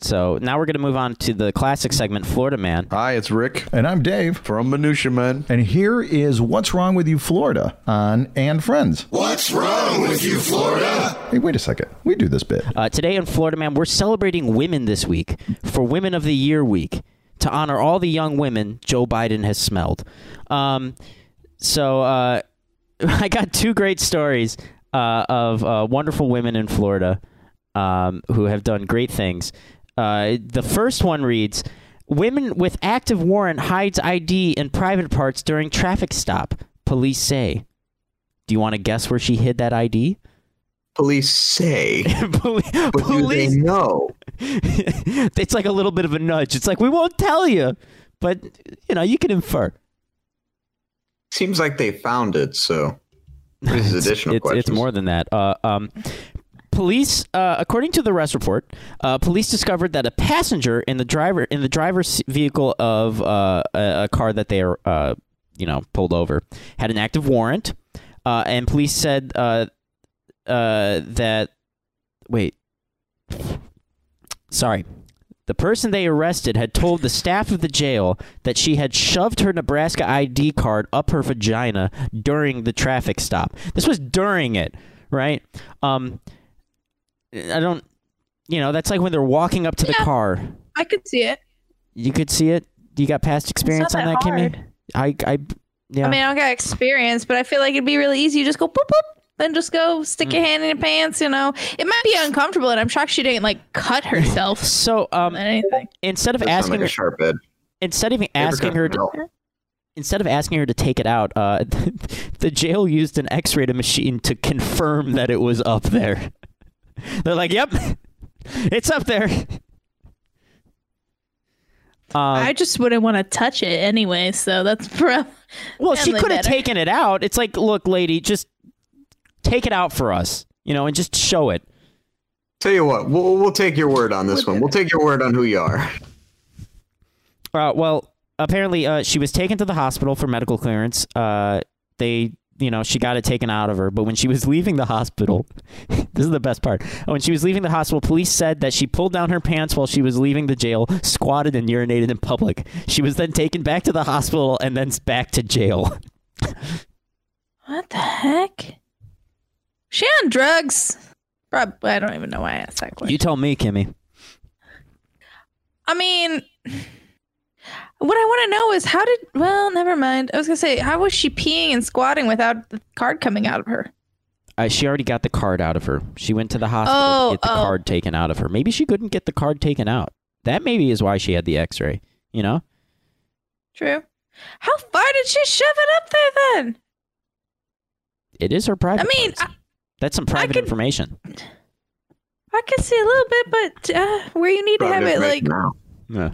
E: So now we're going to move on to the classic segment, Florida Man.
C: Hi, it's Rick
D: And I'm Dave.
C: from Minutia Men.
D: And here is What's Wrong With You Florida on And Friends.
H: What's wrong with you, Florida?
D: Hey, wait a second. We do this bit.
E: Uh, today in Florida Man, we're celebrating women this week for Women of the Year week to honor all the young women Joe Biden has smelled. Um, so uh, *laughs* I got two great stories uh, of uh, wonderful women in Florida um, who have done great things. Uh, the first one reads Women with active warrant hides ID in private parts during traffic stop, police say. Do you want to guess where she hid that ID?
F: Police say,
E: *laughs* Poli-
F: but do they know?
E: *laughs* it's like a little bit of a nudge. It's like we won't tell you, but you know you can infer.
F: Seems like they found it, so. What is his additional
E: it's, it's
F: questions?
E: more than that. Uh, um, police, uh, according to the arrest report, uh, police discovered that a passenger in the driver in the driver's vehicle of uh, a, a car that they are, uh, you know, pulled over had an active warrant, uh, and police said uh, uh, that wait, sorry. The person they arrested had told the staff of the jail that she had shoved her Nebraska ID card up her vagina during the traffic stop. This was during it, right? Um, I don't, you know, that's like when they're walking up to the
B: Yeah.
E: car.
B: I could see it.
E: You could see it. You got past experience on
B: that
E: that, Kimmy? I, I, yeah.
B: I mean, I don't got experience, but I feel like it'd be really easy. You just go boop boop, then just go stick
E: Mm.
B: your hand in your pants. You know, it might be uncomfortable, and I'm shocked she didn't like cut herself *laughs*
E: so, um,
B: on anything.
E: instead of
F: That sounds
E: asking,
F: like a sharp edge.
E: instead of asking her, to,
F: Apricot.
E: instead of asking her to take it out, uh, *laughs* the jail used an X-ray machine to confirm that it was up there. *laughs* They're like, "Yep, *laughs* it's up there." *laughs* Um,
B: I just wouldn't want to touch it anyway, so that's *laughs* probably.
E: well, she
B: family
E: could have
B: better.
E: taken it out. It's like, look, lady, just take it out for us, you know, and just show it.
F: Tell you what, we'll, we'll take your word on this one. We'll take your word on who you are.
E: Uh, well, apparently, uh, she was taken to the hospital for medical clearance. Uh, they, you know, she got it taken out of her. But when she was leaving the hospital, *laughs* this is the best part. When she was leaving the hospital, police said that she pulled down her pants while she was leaving the jail, squatted, and urinated in public. She was then taken back to the hospital and then back to jail.
B: What the heck? She on drugs? Prob- I don't even know why I asked that question.
E: *laughs* You tell me, Kimmy.
B: I mean, what I want to know is how did? Well, never mind. I was gonna say, how was she peeing and squatting without the card coming out of her?
E: Uh, she already got the card out of her. She went to the hospital
B: Oh,
E: to get the
B: oh.
E: card taken out of her. Maybe she couldn't get the card taken out. That maybe is why she had the x ray, you know?
B: True. How far did she shove it up there then?
E: It is her private.
B: I mean,
E: parts.
B: I,
E: that's some private
B: could-
E: information.
B: I can see a little bit, but uh, where you need to have it, like,
F: now.
E: Yeah.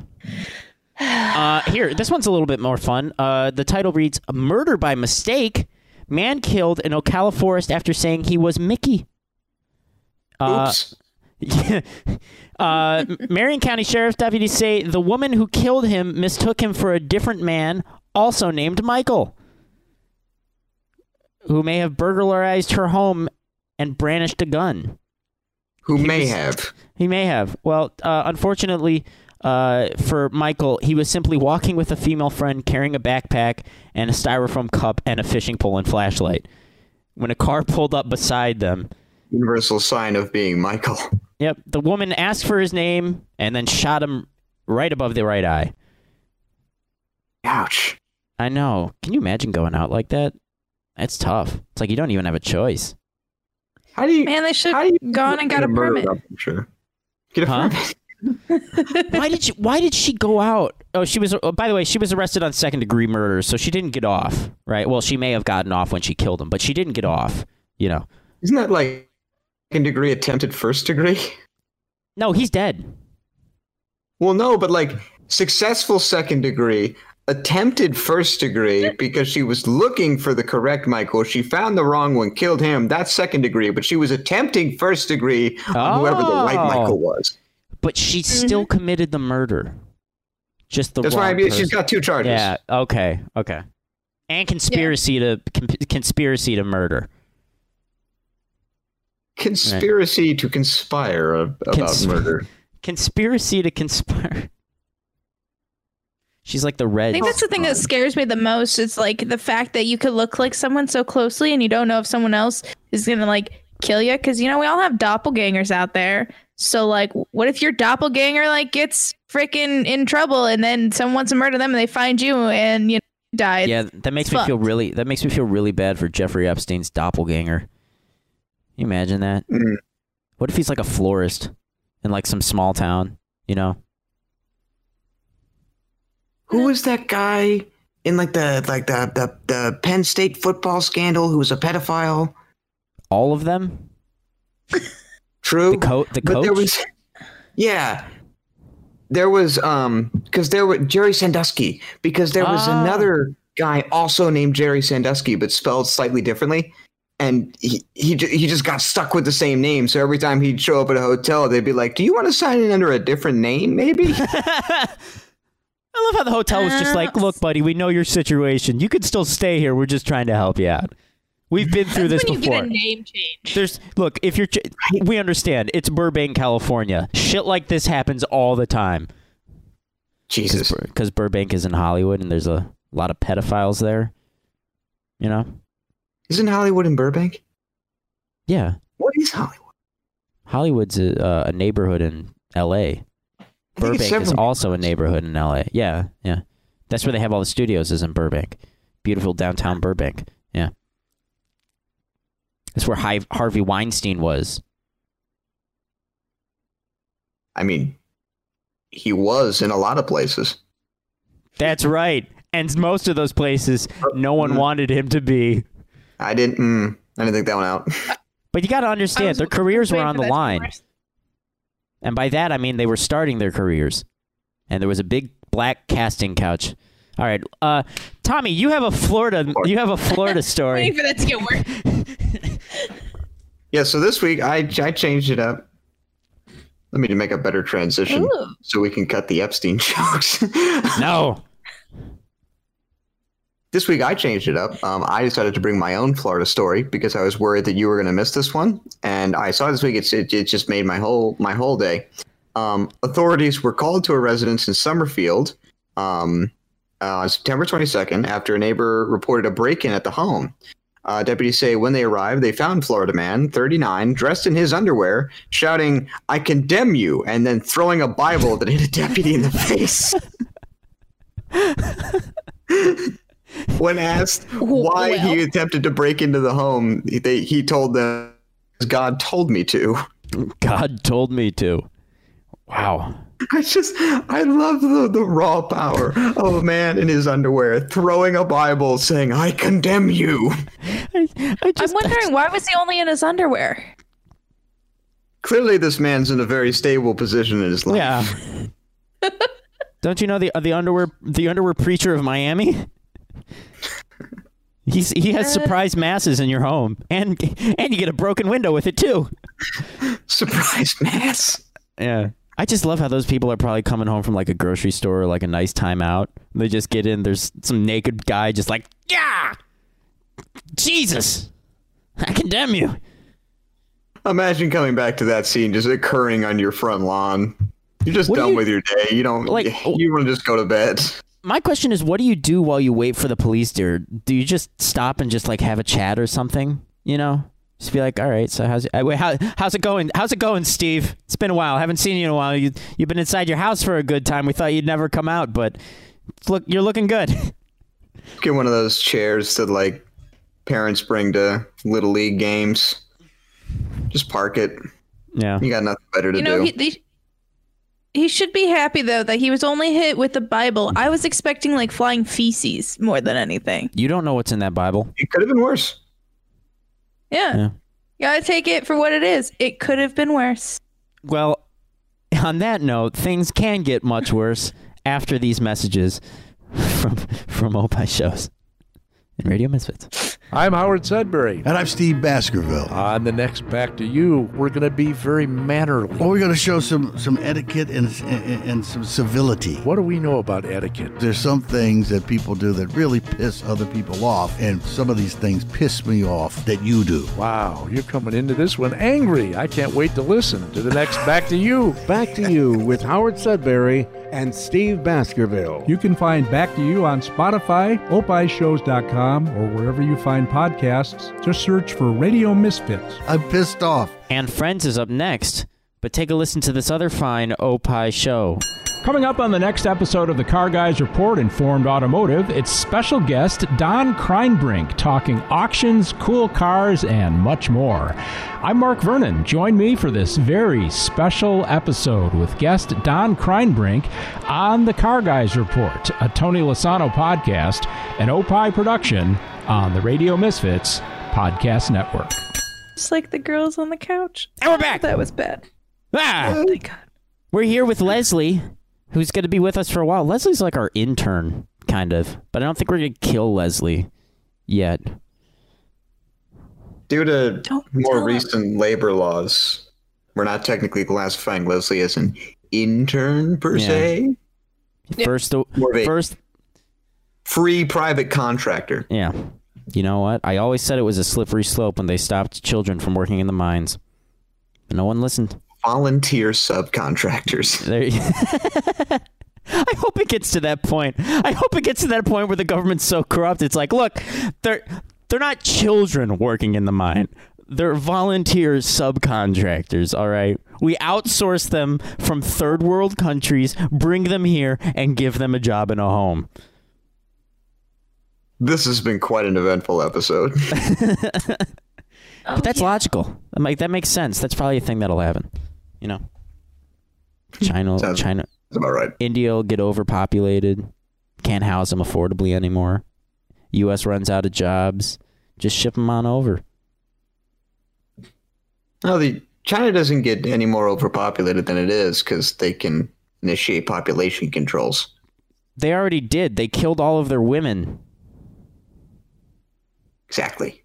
E: *sighs* uh, here, this one's a little bit more fun. Uh, the title reads "Murder by Mistake: Man Killed in Ocala Forest After Saying He Was Mickey." *laughs* Uh,
F: Oops.
E: uh, Marion County Sheriff's deputies say the woman who killed him mistook him for a different man, also named Michael, who may have burglarized her home and brandished a gun.
F: who may
E: was-
F: have.
E: He may have. Well, uh, unfortunately uh, for Michael, he was simply walking with a female friend carrying a backpack and a styrofoam cup and a fishing pole and flashlight when a car pulled up beside them.
F: Universal sign of being Michael. *laughs*
E: Yep, the woman asked for his name and then shot him right above the right eye.
F: Ouch.
E: I know. Can you imagine going out like that? That's tough. It's like you don't even have a choice.
F: How do you?
B: man, they should
F: how do
B: have
F: you
B: gone and got a
F: get murder
B: permit.
F: weapon, sure. Get a
E: Huh?
F: permit.
E: why did she why did she go out oh she was oh, by the way she was arrested on second degree murder so she didn't get off right well she may have gotten off when she killed him but she didn't get off you know
F: Isn't that like second degree attempted first degree? *laughs*
E: no he's dead
F: Well, no, but like successful second degree, attempted first
B: *laughs*
F: degree because she was looking for the correct Michael. She found the wrong one, killed him. That's second degree, but she was attempting first degree on whoever the right
E: Oh.
F: Michael was.
E: but she still committed the murder just the
F: Mm-hmm. That's why I
E: wrong
F: mean, she's
E: person.
F: got two charges.
E: yeah okay okay and conspiracy to con- conspiracy to murder
F: Conspiracy to conspire a, about
E: Cons-
F: murder.
E: Conspiracy to conspire. *laughs* She's like the
B: I
E: red.
B: think that's the thing that scares me the most. It's like the fact that you could look like someone so closely and you don't know if someone else is gonna like kill you. Because you know we all have doppelgangers out there. So like, what if your doppelganger like gets freaking in trouble and then someone wants to murder them and they find you and you know, you die?
E: Yeah, that makes me
B: fucked.
E: feel really. That makes me feel really bad for Jeffrey Epstein's doppelganger. Can you imagine that?
F: Mm.
E: What if he's like a florist in like some small town? You know,
F: Who was that guy in like the like the the, the Penn State football scandal who was a pedophile?
E: all of *laughs* them.
F: True.
E: The coat. The
F: but
E: coach.
F: there was yeah there was um because there were jerry sandusky because there was
E: Ah.
F: another guy also named jerry sandusky but spelled slightly differently and he, he ju- he just got stuck with the same name so every time he'd show up at a hotel they'd be like do you want to sign in under a different
E: *laughs*
F: name maybe *laughs*
E: I love how the hotel was just like, look, buddy, we know your situation. You could still stay here. We're just trying to help you out. We've been through this
I: That's when you
E: before.
I: get a name change.
E: There's look, if you're, ch- we understand. It's Burbank, California. Shit like this happens all the time.
F: jesus
E: because Burbank is in Hollywood and there's a lot of pedophiles there. You know?
F: isn't hollywood in burbank
E: Yeah,
F: what is hollywood
E: Hollywood's a, uh, a neighborhood in L.A.
F: I think it's
E: Burbank is
F: several-
E: also a neighborhood in L.A. Yeah, yeah. That's where they have all the studios. Is in Burbank, beautiful downtown Burbank. Yeah, that's where Hi- Harvey Weinstein was.
F: i mean he was in a lot of places
E: That's right. And most of those places, no
F: Mm-hmm.
E: one wanted him to be.
F: i didn't mm, i didn't think that one out
E: But you got to understand, their careers were on the line. And by that, I mean they were starting their careers. And there was a big black casting couch. All right, uh, Tommy, you have a Florida, you have a Florida
I: Waiting
E: story.
I: for that to get worse.
F: Yeah, so this week I I changed it up. Let me make a better transition
I: Ooh.
F: so we can cut the Epstein *laughs* jokes.
E: No,
F: this week I changed it up. Um, I decided to bring my own Florida story because I was worried that you were going to miss this one, and I saw this week. It's, it it just made my whole my whole day. Um, authorities were called to a residence in Summerfield um, uh, on September 22nd after a neighbor reported a break-in at the home. Uh, deputies say when they arrived, they found Florida man, 39, dressed in his underwear, shouting, "I condemn you!" and then throwing a Bible that hit a deputy in the *laughs* face. when asked why he attempted to break into the home, they, he told them, "God told me to." *laughs*
E: God told me to. Wow.
F: I just, I love the, the raw power of a man in his underwear throwing a Bible, saying, "I condemn you." *laughs*
E: I, I
B: I'm
E: just,
B: wondering why was he only in his underwear?
F: Clearly, this man's in a very stable position in his life.
E: *laughs* yeah. Don't you know the the underwear the underwear preacher of Miami? He's, he has surprise masses in your home, and and you get a broken window with it too.
F: *laughs* Surprise mass.
E: Yeah. I just love how those people are probably coming home from like a grocery store or like a nice time out. They just get in, there's some naked guy just like, yeah, Jesus, I condemn you.
F: Imagine coming back to that scene just occurring on your front lawn. You're just
E: What do
F: done
E: you-
F: with your day. You don't
E: Like-
F: you want to just go to bed.
E: My question is, what do you do while you wait for the police, dear? Do you just stop and just like have a chat or something? You know, just be like, all right, so how's it, uh, wait, how, how's it going? How's it going, Steve? It's been a while. haven't seen you in a while. You you've been inside your house for a good time. We thought you'd never come out, but look, you're looking good. *laughs*
F: Get one of those chairs that like parents bring to little league games. Just park it.
E: yeah.
F: You got nothing better to
B: You know,
F: do.
B: he, they- he should be happy though that he was only hit with the Bible. I was expecting like flying feces more than anything.
E: You don't know what's in that Bible.
F: It could have been worse.
B: Yeah.
E: Yeah.
B: You gotta take it for what it is. It could have been worse.
E: Well, on that note, things can get much worse after these messages from from Opie shows and Radio Misfits.
A: I'm Howard Sudbury.
I: And I'm Steve Baskerville.
A: On the next Back to You, we're going to be very mannerly.
I: Well, we're going to show some, some etiquette and, and, and some civility.
A: What do we know about etiquette?
I: There's some things that people do that really piss other people off, and some of these things piss me off that you do.
A: Wow, you're coming into this one angry. I can't wait to listen to the next Back to You.
J: Back to you with Howard Sudbury and Steve Baskerville.
A: You can find Back to You on Spotify, opishows.com, or wherever you find podcasts. Just search for Radio Misfits.
I: I'm pissed off.
E: And Friends is up next, but take a listen to this other fine Opie show.
K: Coming up on the next episode of the Car Guys Report Informed Automotive, it's special guest Don Kreinbrink talking auctions, cool cars, and much more. I'm Mark Vernon. Join me for this very special episode with guest Don Kreinbrink on the Car Guys Report, a Tony Lasano podcast, an Opie production on the Radio Misfits Podcast Network.
B: Just like the girls on the couch.
E: And we're back.
B: That was bad.
E: Ah!
B: Thank God.
E: We're here with Leslie, who's going to be with us for a while. Leslie's like our intern, kind of, but I don't think we're going to kill Leslie yet.
F: Due to
B: Don't
F: more
B: tell us.
F: recent labor laws, we're not technically classifying Leslie as an intern per
E: Yeah.
F: se.
E: First, the-
F: More of a-
E: first,
F: Free private contractor.
E: yeah. You know what? I always said it was a slippery slope when they stopped children from working in the mines. But no one listened.
F: Volunteer
E: *laughs*
F: subcontractors.
E: There you- I hope it gets to that point. I hope it gets to that point where the government's so corrupt. It's like, look, they're they're not children working in the mine. They're volunteer subcontractors, all right? We outsource them from third world countries, bring them here and give them a job and a home.
F: This has been quite an eventful episode.
E: But that's logical. I'm like that makes sense. That's probably a thing that'll happen. You
F: *laughs*
E: know. China
F: Sounds-
E: China
F: That's about right.
E: India will get overpopulated, can't house them affordably anymore. U.S. runs out of jobs. Just ship them on over.
F: No, the China doesn't get any more overpopulated than it is because they can initiate population controls.
E: They already did. They killed all of their women.
F: Exactly.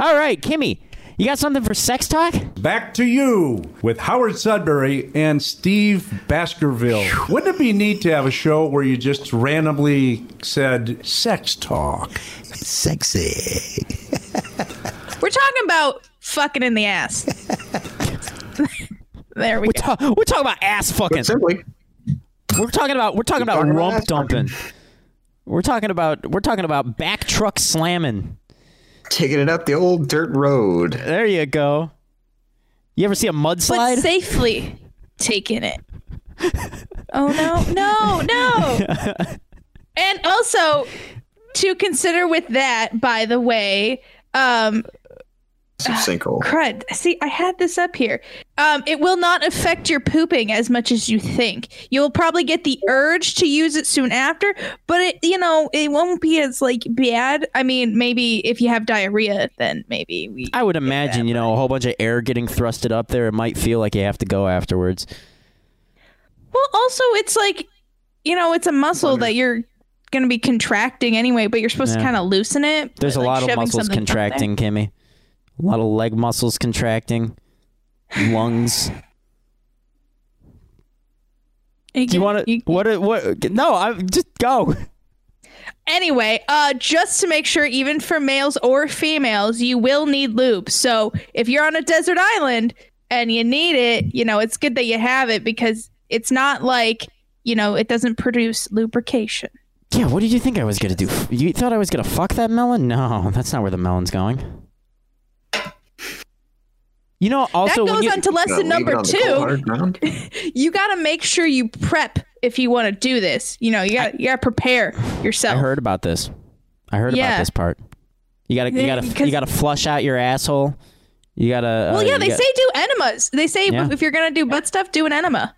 E: All right, Kimmy, you got something for sex talk?
A: Back to you with Howard Sudbury and Steve Baskerville. Wouldn't it be neat to have a show where you just randomly said sex talk?
I: Sexy.
B: We're talking about fucking in the
E: *laughs*
B: ass. there we
E: We're,
B: go.
E: ta- we're talking about ass
F: But
E: fucking.
F: simply,
E: We're talking about we're talking about
F: talking about
E: rump
F: ass fucking.
E: dumping. We're talking about we're talking about back truck slamming.
F: taking it up the old dirt road.
E: There you go. You ever see a
B: but
E: *laughs* mudslide?
B: safely taking it. oh no, no, no. and also to consider with that, by the way, um *sighs*
F: It's a sinkhole.
B: crud. See, I had this up here. Um it will not affect your pooping as much as you think. You'll probably get the urge to use it soon after, but it you know, it won't be as like bad. I mean, maybe if you have diarrhea, then maybe we
E: I would imagine, you know, a whole bunch of air getting thrusted up there. It might feel like you have to go afterwards.
B: Well, also, it's like, you know, it's a muscle that you're going to be contracting anyway, but you're supposed to
E: Yeah.
B: kind of loosen it.
E: There's
B: but,
E: a
B: like,
E: lot of
B: shoving
E: muscles
B: something up there.
E: contracting, Kimmy. A lot of leg muscles contracting.
B: *laughs*
E: Lungs.
B: You,
E: Do you want to? What? are- What? No, I just go.
B: Anyway, uh, just to make sure, even for males or females, you will need lube. So if you're on a desert island and you need it, you know, it's good that you have it because it's not like, you know, it doesn't produce lubrication.
E: Yeah. What did you think I was gonna do? You thought I was gonna fuck that melon? No, that's not where the melon's going. You know. Also,
B: that
E: when
B: goes
E: you,
B: on to lesson
F: Gotta leave it
B: number
F: on the cold,
B: two.
F: hard ground.
B: you got to make sure you prep if you want to do this. You know, you got you got to prepare
E: I
B: yourself.
E: heard about this. I heard
B: Oh. Yeah.
E: about this part. You gotta, you
B: Yeah,
E: gotta,
B: because-
E: you gotta flush out your asshole. You gotta.
B: well,
E: uh,
B: yeah,
E: you
B: they
E: got-
B: say do enemas. They say
E: Yeah.
B: if you're gonna do butt stuff, do an enema.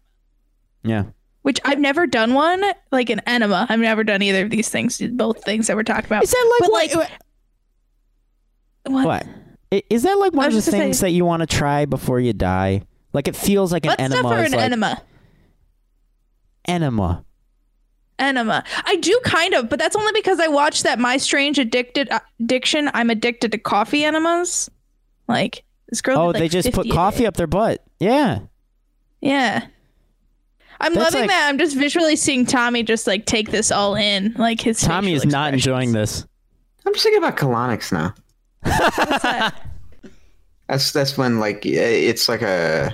E: Yeah.
B: Which I've never done one, like an enema. I've never done either of these things, both things that we're talking about.
E: Is that like
B: But,
E: what-
B: what?
E: What? I- Is that like one
B: I
E: of
B: was
E: the
B: just gonna
E: things
B: say-
E: that you want to try before you die? Like it feels like an
B: Butt stuff
E: enema.
B: or
E: is
B: an
E: like,
B: enema?
E: enema.
B: enema. I do kind of, but that's only because I watched that My Strange Addicted uh, Addiction. I'm addicted to coffee enemas. Like this girl.
E: oh,
B: did, like,
E: they just
B: 50
E: put
B: a
E: coffee
B: day.
E: up their butt. Yeah.
B: Yeah. I'm
E: That's
B: loving
E: like-
B: that. I'm just visually seeing Tommy just like take this all in, like his.
E: Tommy is not enjoying this.
F: I'm just thinking about colonics now.
B: What's that?
F: *laughs* That's that's when like eh, it's like a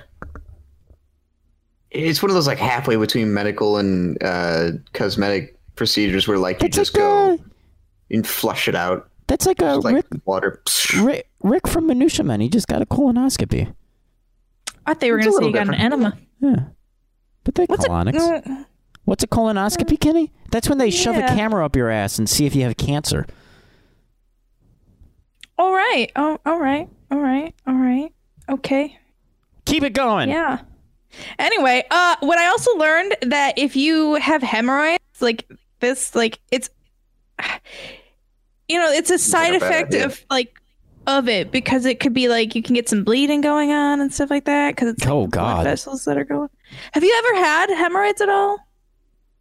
F: it's one of those like halfway between medical and uh, cosmetic procedures where like you just go and flush it out.
E: That's like a
F: Just like
E: Rick,
F: water.
E: Rick, Rick from Minutia Man. He just got a colonoscopy.
B: I thought they were
F: It's
B: gonna
F: a
B: say
F: little
B: you got an enema.
E: Yeah. But they're colonics.
B: Mm,
E: What's a colonoscopy, Kenny? That's when they shove
B: Uh,
E: a
B: Yeah.
E: camera up your ass and see if you have cancer.
B: All right. Oh, all right. All right. All right. Okay.
E: Keep it going.
B: Yeah. Anyway, uh, what I also learned that if you have hemorrhoids, like this, like it's, you know, it's a side
F: a bad
B: effect
F: idea.
B: of like of it because it could be like you can get some bleeding going on and stuff like that because it's like,
E: Oh,
B: blood
E: God.
B: vessels that are going. Have you ever had hemorrhoids at all?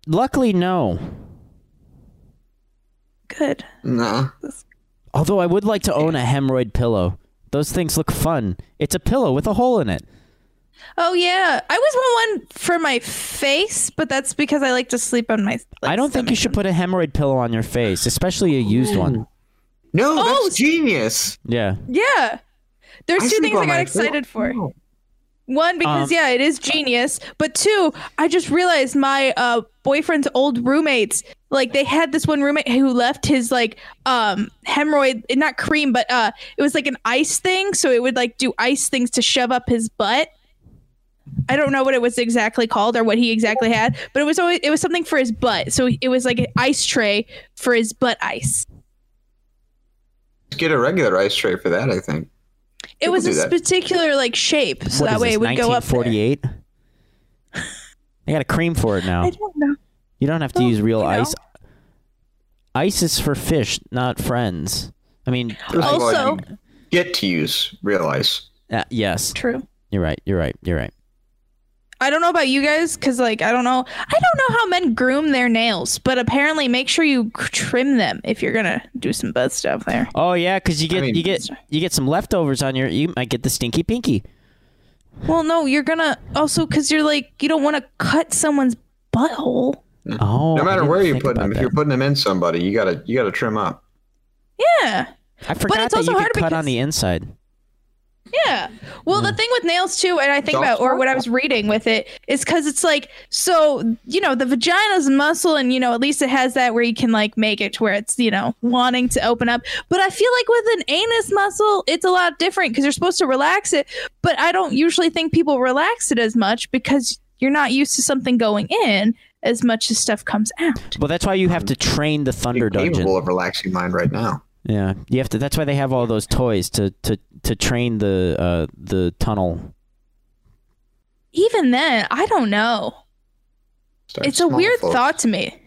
E: Luckily, no.
B: Good.
F: No.
E: Although I would like to own a hemorrhoid pillow. Those things look fun. It's a pillow with a hole in it.
B: Oh yeah, I was one one for my face, but that's because I like to sleep on my.
E: I don't think you should put a hemorrhoid pillow on your face, especially a used one.
F: No,
B: Oh,
F: that's genius.
E: Yeah.
B: Yeah. There's
F: I
B: two
F: sleep
B: things I
F: on
B: got
F: my Oh.
B: excited for.
F: floor. No.
B: One, because
E: Um,
B: yeah, it is genius. But two, I just realized my uh, boyfriend's old roommates, like they had this one roommate who left his like um hemorrhoid, not cream, but uh, it was like an ice thing, so it would like do ice things to shove up his butt. I don't know what it was exactly called or what he exactly had, but it was always it was something for his butt. So it was like an ice tray for his butt ice.
F: Get a regular ice tray for that. I think.
B: It was
F: do
B: this
F: that.
B: particular like shape, so
E: What
B: that
E: is
B: way
E: this,
B: it would go up. there. *laughs*
E: 1948? They got a cream for it now.
B: I don't know.
E: You don't have to
B: Well,
E: use real
B: you know.
E: ice. Ice is for fish, not friends. I mean,
F: First of all,
B: Also-
F: you get to use real ice.
E: uh, yes,
B: True.
E: you're right. You're right. You're right.
B: I don't know about you guys because, like, I don't know. I don't know how men groom their nails, but apparently, make sure you c- trim them if you're gonna do some butt stuff there.
E: Oh yeah, because you get
F: mean-
E: you get you get some leftovers on your. You might get the stinky pinky.
B: Well, no, you're gonna also because you're like you don't want to cut someone's butthole.
E: Oh,
F: Mm. No
E: I
F: matter
E: didn't
F: where you're
E: think
F: putting
E: about
F: them, if
E: that.
F: you're putting them in somebody, you gotta you gotta trim up.
B: Yeah,
E: I forgot
B: it's
E: that
B: also
E: you could
B: hard
E: cut on
B: because-
E: the inside.
B: yeah. Well, the thing with nails too, and I think
F: Don't
B: about or what I was reading with it is because it's like so you know the vagina's muscle, and you know at least it has that where you can like make it to where it's you know wanting to open up. But I feel like with an anus muscle, it's a lot different because you're supposed to relax it. But I don't usually think people relax it as much because you're not used to something going in as much as stuff comes out.
E: Well, that's why you have to train the Thunder Dungeon.
F: capable of relaxing mind right now.
E: Yeah, you have to. That's why they have all those toys to to to train the uh the tunnel. *laughs*
B: Even then, I don't know.
F: Start
B: it's a
F: small,
B: weird
F: folks.
B: thought to me.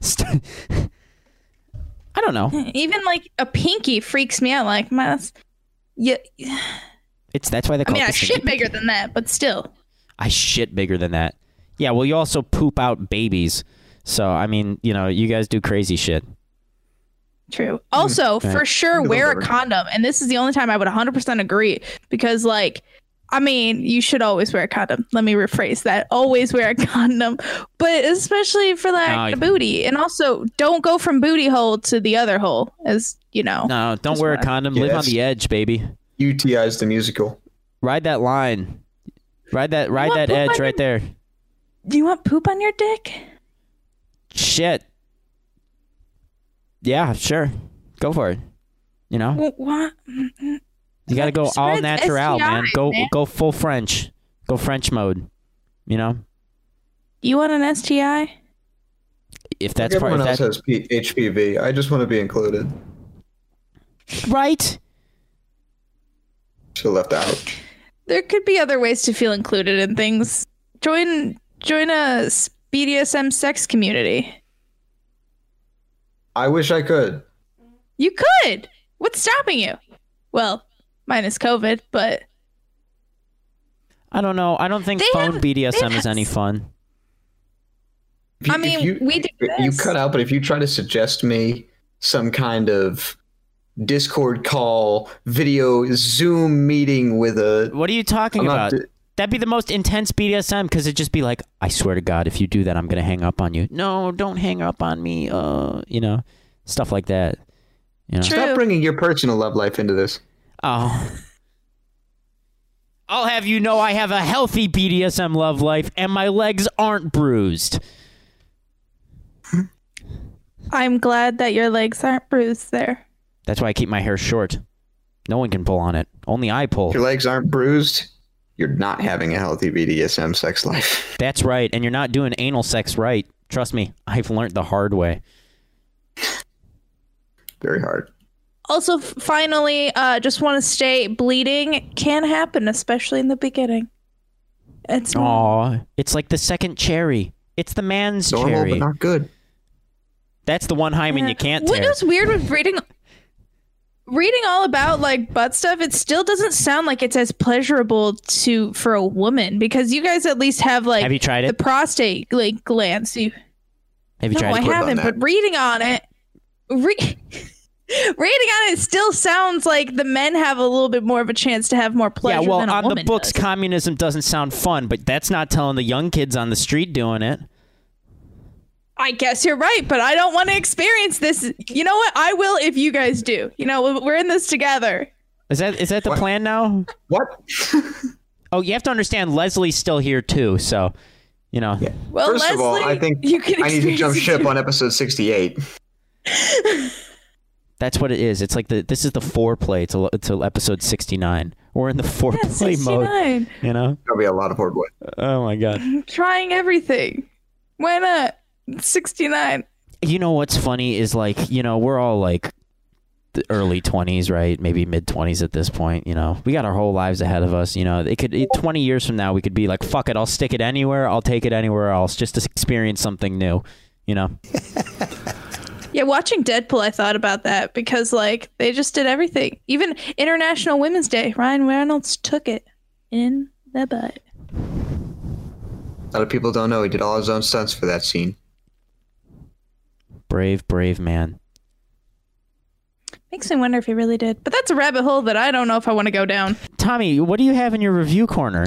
E: St- I don't know.
B: Even like a pinky freaks me out. Like, my, that's, yeah,
E: It's that's why they
B: I
E: call
B: mean, I
E: it the stinky
B: shit bigger than that, but still.
E: I shit bigger than that. Yeah, well, you also poop out babies. So, I mean, you know, you guys do crazy shit.
B: True. Also,
E: right.
B: for sure,
F: Little
B: wear a
F: bit.
B: condom. And this is the only time I would 100% agree because, like, I mean, you should always wear a condom. Let me rephrase that. Always wear a *laughs* condom, but especially for like
E: No,
B: the
E: you-
B: booty. And also, don't go from booty hole to the other hole, as you know.
E: No, don't
B: Just
E: wear a
B: wanna-
E: condom. Live on
F: Yes.
E: the edge, baby.
F: UTI's the musical.
E: Ride that line. Ride that ride
B: want
E: that
B: poop on
E: edge
B: your-
E: right there.
B: Do you want poop on your dick?
E: Shit. Yeah, sure. Go for it. You know?
B: Well, what?
E: You got to go
B: Spread
E: all
B: the
E: natural, man.
B: STIs,
E: Go
B: man.
E: go full French. Go French mode. You know?
B: You want an STI?
E: If that's part
F: Everyone
E: of
F: else
E: that
F: has P- HPV. I just want to be included.
E: right?
F: So left out.
B: there could be other ways to feel included in things. Join join a s- BDSM sex community.
F: I wish I could.
B: You could. What's stopping you? Well, minus COVID, but
E: I don't know. I don't think
B: They
E: phone
B: have- they
E: BDSM is
B: have
E: any
B: s-
E: fun.
F: If you-
B: I
F: if
B: mean,
F: you-
B: we did this.
F: You cut out, but if you try to suggest me some kind of Discord call, video, Zoom meeting with a.
E: What are you talking about? That'd be the most intense BDSM because it'd just be like, I swear to God, if you do that, I'm gonna hang up on you. No, don't hang up on me. Uh, you know, stuff like that. You know?
F: Stop bringing your personal love life into this.
E: Oh. I'll have you know I have a healthy BDSM love life and my legs aren't bruised.
B: I'm glad that your legs aren't bruised there.
E: That's why I keep my hair short. No one can pull on it. Only I pull.
F: If your legs aren't bruised, you're not having a healthy BDSM sex life. *laughs*
E: That's right. And you're not doing anal sex right. Trust me, I've learned the hard way.
F: Very hard.
B: Also, f- finally, uh, just want to state bleeding can happen, especially in the beginning. It's
E: Aw. It's like the second cherry. It's the man's
F: Normal,
E: cherry.
F: but not good.
E: That's the one hymen you can't
B: What
E: tear.
B: was weird with reading reading all about like butt stuff, it still doesn't sound like it's as pleasurable to for a woman because you guys at least have like
E: Have you tried it?
B: the prostate like glands. You,
E: Have
B: no,
E: you
B: I
E: tried to clip on
B: haven't,
E: that?
B: but reading on it re- *laughs* reading on it still sounds like the men have a little bit more of a chance to have more
E: Yeah,
B: pleasure
E: well,
B: than a
E: on
B: woman.
E: the books, communism doesn't sound fun, but that's not telling the young kids on the street doing it.
B: I guess you're right, but I don't want to experience this. You know what? I will if you guys do. You know, we're in this together.
E: Is that is that the plan now?
F: What?
E: oh, you have to understand Leslie's still here too, so you know.
B: Well,
F: First of all, I think
B: you can
F: I need to
B: experience
F: jump
B: it
F: ship
B: too.
F: on episode 68.
E: That's what it is. It's like the this is the foreplay to to episode 69. We're in the *laughs* foreplay mode,
B: 69.
E: you know?
F: There'll be a lot of hard work.
E: Oh my god.
B: trying everything. Why not? 69.
E: you know what's funny is like you know we're all like the early 20s right maybe mid 20s at this point you know we got our whole lives ahead of us you know it could it, 20 years from now we could be like fuck it i'll stick it anywhere i'll take it anywhere else just to experience something new you know
B: Yeah, watching Deadpool, I thought about that because, like, they just did everything. Even International Women's Day, Ryan Reynolds took it in the butt.
F: A lot of people don't know he did all his own stunts for that scene.
E: brave brave man
B: Makes me wonder if he really did. But that's a rabbit hole that I don't know if I want to go down.
E: tommy what do you have in your review corner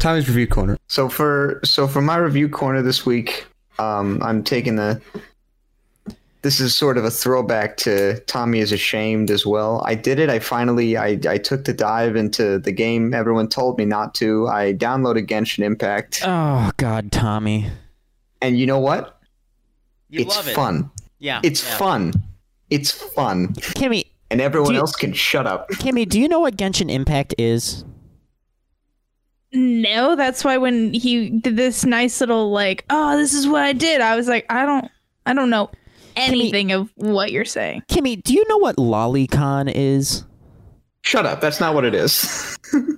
L: Tommy's review corner.
F: So for so for my review corner this week, um, I'm taking the. This is sort of a throwback to Tommy is ashamed as well. I did it. I finally I, I took the dive into the game everyone told me not to. I downloaded Genshin Impact,
E: oh god tommy
F: and you know what?
E: You
F: it's
E: love it.
F: fun.
E: Yeah,
F: it's
E: yeah.
F: fun. It's fun.
E: kimmy
F: And everyone
E: Do you-
F: else can shut up.
E: kimmy do you know what genshin impact is
B: No, that's why when he did this nice little, like, oh, this is what I did, I was like, I don't, I don't know anything of what you're saying.
E: kimmy do you know what lolicon is
F: Shut up. That's not what it is. *laughs*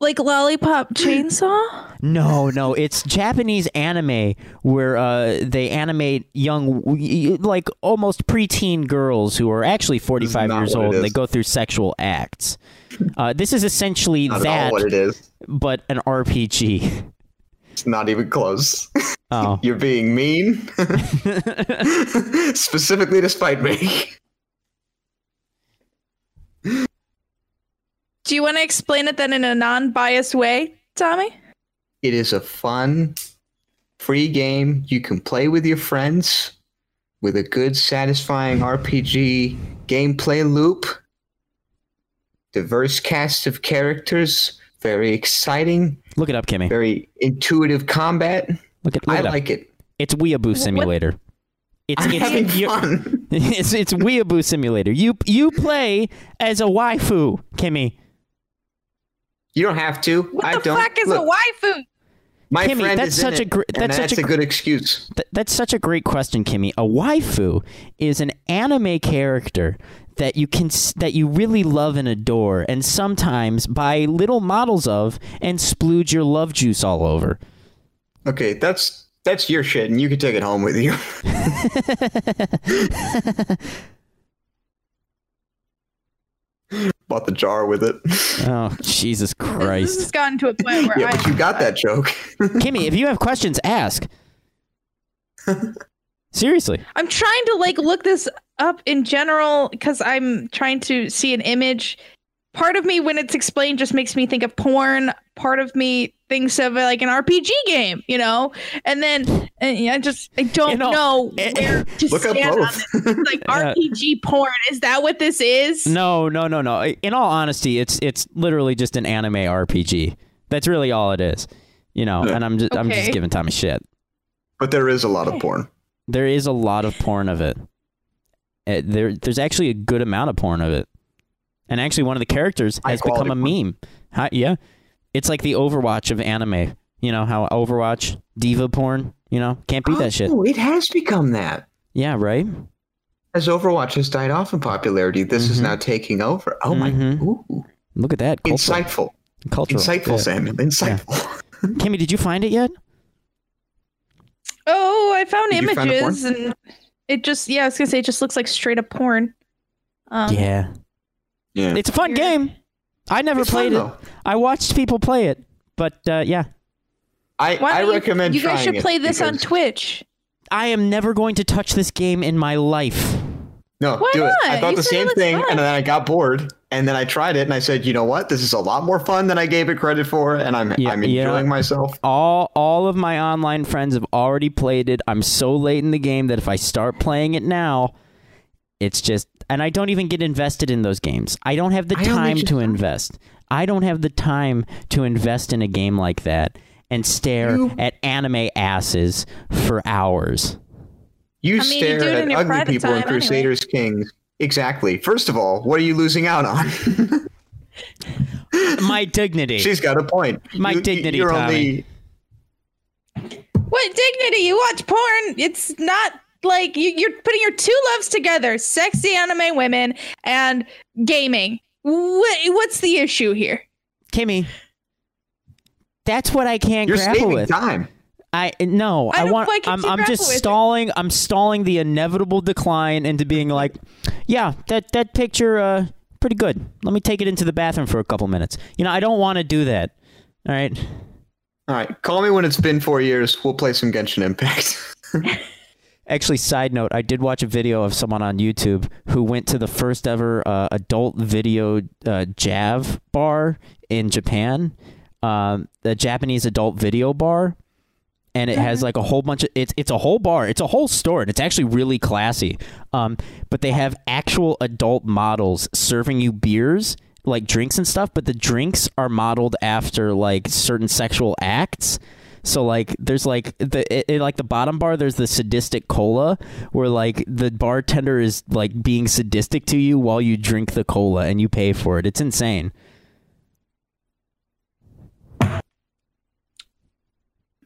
B: Like Lollipop Chainsaw?
E: No, no, it's Japanese anime where uh, they animate young, like almost preteen girls who are actually 45 years
F: what it
E: old and they
F: is.
E: go through sexual acts. Uh, this is essentially
F: Not
E: that,
F: at all what it is.
E: but an RPG.
F: It's not even close. *laughs*
E: Oh.
F: You're being mean. *laughs* Specifically to spite me.
B: Do you want to explain it then in a non-biased way, Tommy?
F: It is a fun, free game you can play with your friends with a good, satisfying RPG gameplay loop, diverse cast of characters, very exciting,
E: Look it up, Kimmy.
F: very intuitive combat.
E: Look it, look
F: I
E: it up.
F: like it.
E: It's Weeaboo Simulator. It's,
F: I'm
E: it's,
F: having
E: you're-
F: fun.
E: *laughs* it's it's Weeaboo Simulator. You you play as a waifu, Kimmy.
F: You don't have to. I
B: The
F: don't.
B: fuck is
F: Look,
B: a waifu?
F: My
E: Kimmy,
F: friend
E: that's
F: is in
E: such a
F: it,
E: gr-
F: and
E: that's such a
F: a
E: gr-
F: good excuse.
E: Th- that's such a great question, Kimmy. A waifu is an anime character that you can s- that you really love and adore, and sometimes buy little models of and splooge your love juice all over. *laughs*
F: Okay, that's that's your shit, and you can take it home with you. *laughs* but bought the jar with it.
E: Oh, Jesus
B: This
E: Christ.
B: *laughs* has gotten to a point where
F: yeah,
B: I
F: but you got
B: *laughs*
F: that joke.
E: Kimmy, if you have questions, ask. Seriously.
B: I'm trying to like look this up in general because I'm trying to see an image. Part of me, when it's explained, just makes me think of porn. Part of me thinks of uh, like an RPG game, you know. And then and yeah, I just I don't
E: know,
B: know where to
E: look up
B: stand on
E: both.
B: this. It's like
E: *laughs* Yeah.
B: RPG porn. Is that what this is?
E: No, no, no, no. In all honesty, it's it's literally just an anime RPG. That's really all it is. You know, and I'm just I'm just
B: Okay.
E: giving Tommy shit.
F: But there is a lot of porn.
E: There is a lot of porn of it. Uh, There there's actually a good amount of porn of it. And actually one of the characters has become a meme. Hi- yeah. It's like the Overwatch of anime. You know how Overwatch diva porn, you know, can't beat that shit.
F: Oh, it has become that.
E: Yeah, right?
F: As Overwatch has died off in popularity, this
E: Mm-hmm.
F: is now taking over. Oh my! Ooh.
E: Look at that. Mm-hmm. Cultural.
F: Insightful.
E: Cultural.
F: Insightful,
E: Yeah.
F: Samuel. Insightful. *laughs*
E: Kimmy, did you find it yet?
B: Oh, I found
E: Did you find a porn?
B: images and it just yeah, I was gonna say it just looks like straight up porn. Um,
E: Yeah.
F: Yeah.
E: It's a fun game. I never
F: It's
E: played
F: fun,
E: it. I watched people play it, but uh, yeah.
F: I,
B: Why
F: I
B: don't you-
F: recommend
B: you guys
F: trying
B: should
F: it
B: play this on
F: because-
B: Twitch.
E: I am never going to touch this game in my life.
F: No,
B: Why
F: do it. I
B: not?
F: thought
B: You
F: the
B: said it
F: same
B: was
F: thing,
B: fun.
F: and then I got bored, and then I tried it, and I said, you know what? This is a lot more fun than I gave it credit for, and I'm I'm
E: yeah.
F: enjoying myself.
E: All all of my online friends have already played it. I'm so late in the game that if I start playing it now, it's just and I don't even get invested in those games. I don't have the
F: I only
E: time
F: just-
E: to invest. I don't have the time to invest in a game like that and stare
F: You-
E: at anime asses for hours.
F: You
B: I mean, you
F: stare
B: do it in
F: at
B: your
F: ugly
B: private
F: people in
B: time anyway.
F: Crusaders Kings. Exactly. First of all, what are you losing out on? *laughs*
E: My dignity.
F: She's got a point.
E: My
F: You- you-
E: dignity,
F: You're
E: Tommy.
F: only
B: What dignity? You watch porn. It's not like you, you're putting your two loves together: sexy anime women and gaming. What, what's the issue here?
E: Kimmy, that's what I can't
F: you're
E: grapple
F: saving
E: with.
F: time.
E: I no, I,
B: I don't-
E: want.
B: why can't
E: I'm,
B: you
E: I'm
B: grapple
E: just
B: with it?
E: stalling. I'm stalling the inevitable decline into being like, yeah, that that picture, uh, pretty good. Let me take it into the bathroom for a couple minutes. You know, I don't want to do that. All right,
F: All right, call me when it's been four years. We'll play some Genshin Impact. *laughs*
E: Actually, side note, I did watch a video of someone on YouTube who went to the first ever uh, adult video uh, Jav bar in Japan, um, the Japanese adult video bar, and it has like a whole bunch of it's it's a whole bar, it's a whole store, and it's actually really classy. Um, but they have actual adult models serving you beers. Like drinks and stuff, but the drinks are modeled after like certain sexual acts. So like, there's like the it, it- like the bottom bar. There's the sadistic cola, where like the bartender is like being sadistic to you while you drink the cola and you pay for it. It's insane.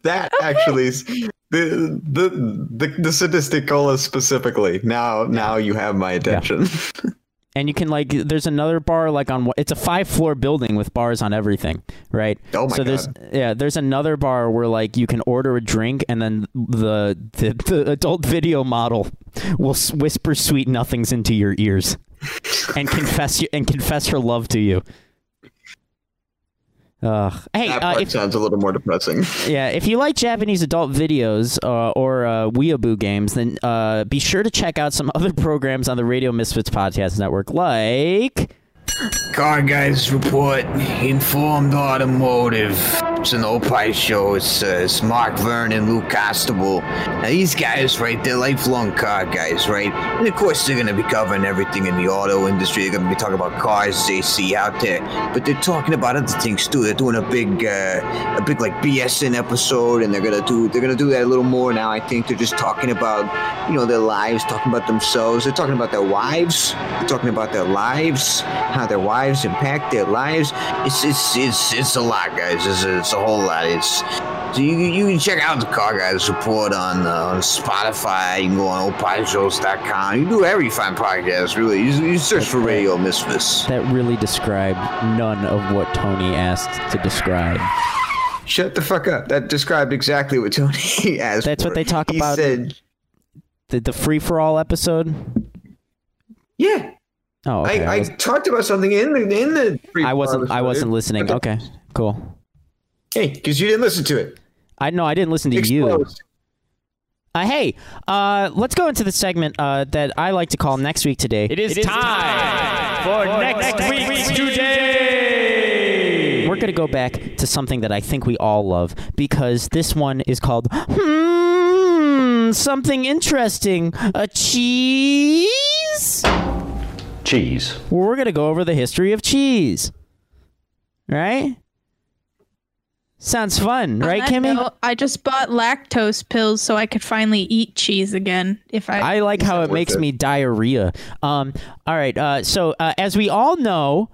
F: That actually is the the the, the sadistic cola specifically. Now now you have my attention. *laughs*
E: And you can like, there's another bar like on one- it's a five floor building with bars on everything, right?
F: Oh my
E: so there's
F: God.
E: yeah, there's another bar where like you can order a drink and then the the, the adult video model will s- whisper sweet nothings into your ears and confess you and confess her love to you. Ugh. Hey,
F: that
E: uh,
F: part
E: if,
F: sounds a little more depressing.
E: yeah, if you like Japanese adult videos uh, or uh, Weeaboo games, then uh, be sure to check out some other *laughs* programs on the Radio Misfits Podcast Network, like.
M: Car guys report informed automotive. It's an Opie show. It's, uh, it's Mark Vern and Lou Costable. Now these guys, right? They're lifelong car guys, right? And of course they're gonna be covering everything in the auto industry. They're gonna be talking about cars they see out there, but they're talking about other things too. They're doing a big, uh, a big like BSN episode, and they're gonna do they're gonna do that a little more now. I think they're just talking about you know their lives, talking about themselves. They're talking about their wives. They're talking about their lives, how their wives impact their lives. It's it's it's it's a lot, guys. It's a, it's a whole lot. It's so you, you can check out the Car Guys Report on, uh, on Spotify. You can go on opishows.com. You can do every fine podcast, really. You, you search for Radio Misfits.
E: That really described none of what Tony asked to describe.
F: Shut the fuck up. That described exactly what Tony *laughs* asked.
E: That's what
F: for.
E: they talk
F: He
E: about.
F: said,
E: The, the free for all episode?
F: Yeah.
E: Oh, okay.
F: I, I,
E: was-
F: talked about something in the in the. brief
E: I wasn't.
F: harvest,
E: I wasn't
F: dude.
E: listening. Okay, cool.
F: Hey, because you didn't listen to it.
E: I no, I didn't listen to you. Uh, hey, uh, let's go into the segment uh, that I like to call next week today. It
N: is time for next week's today.
E: We're gonna go back to something that I think we all love because this one is called hmm, something interesting. A cheese.
O: Cheese.
E: We're gonna go over the history of cheese. Right? Sounds fun, right,
B: On that
E: Kimmy?
B: note, I just bought lactose pills so I could finally eat cheese again. If I,
E: I like how it makes me diarrhea. Um, all right. Uh, so, uh, as we all know,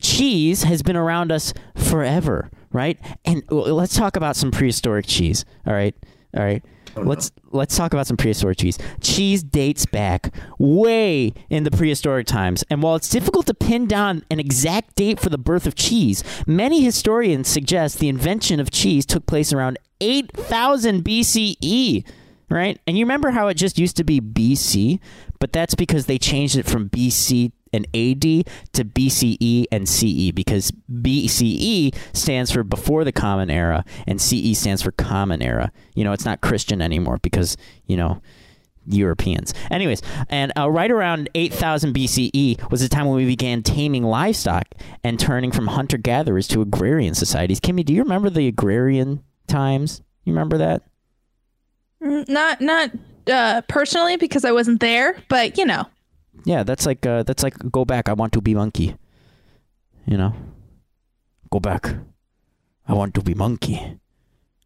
E: cheese has been around us forever, right? And well, let's talk about some prehistoric cheese. All right. All right. Let's let's talk about some prehistoric cheese. Cheese dates back way in the prehistoric times, and while it's difficult to pin down an exact date for the birth of cheese, many historians suggest the invention of cheese took place around 8000 BCE right? And you remember how it just used to be BC, but that's because they changed it from BC and AD to BCE and CE because BCE stands for before the common era and CE stands for common era. You know, it's not Christian anymore because, you know, Europeans. Anyways, and uh, right around 8000 BCE E was the time when we began taming livestock and turning from hunter gatherers to agrarian societies. Kimmy, do you remember the agrarian times? You remember that?
B: Mm, not not uh, personally because I wasn't there, but you know,
E: Yeah, that's like uh, that's like go back. I want to be monkey. You know, go back. I want to be monkey.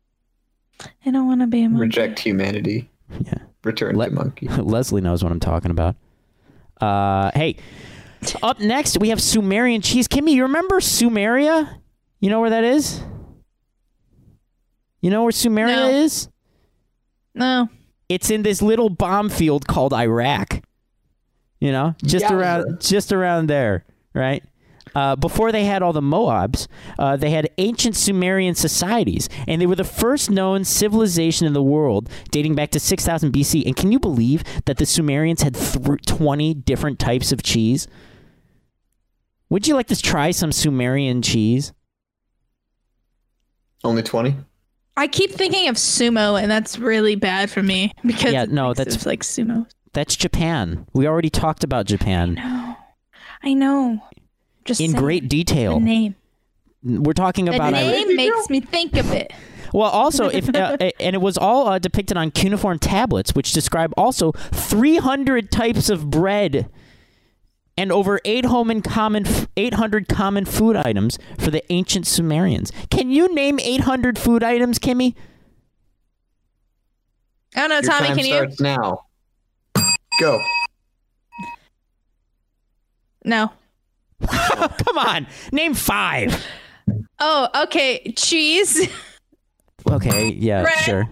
E: *laughs*
B: I don't want to be a monkey.
F: Reject humanity.
E: Yeah.
F: Return to
E: *laughs*
F: monkey.
E: Leslie knows what I'm talking about. Uh, hey, up next we have Sumerian cheese. Kimmy, you remember Sumeria? You know where that is? You know where Sumeria is?
B: No.
E: It's in this little bomb field called Iraq. You know, just
N: Yeah.
E: around just around there, right? Uh, before they had all the Moabs, uh, they had ancient Sumerian societies, and they were the first known civilization in the world, dating back to 6000 BC. And can you believe that the Sumerians had thr 20 different types of cheese? Would you like to try some Sumerian cheese?
F: Only 20?
B: I keep thinking of sumo, and that's really bad for me because
E: yeah, no,
B: that's like sumo.
E: That's Japan. We already talked about Japan
B: I know. Just
E: in
B: saying.
E: great detail.
B: The name.
E: We're talking
B: The
E: about Iraq.
B: name makes me think of it.
E: Well, also,
B: *laughs*
E: if uh, and it was all uh, depicted on cuneiform tablets, which describe also 300 types of bread and over eight home and common 800 common food items for the ancient Sumerians. Can you name 800 food items, Kimmy? *laughs*
B: I don't know, Tommy. Can you?
F: starts now. Go.
B: No.
E: Come on, name five.
B: Oh, okay. Cheese, *laughs*
E: Okay, yeah,
B: Bread.
E: sure.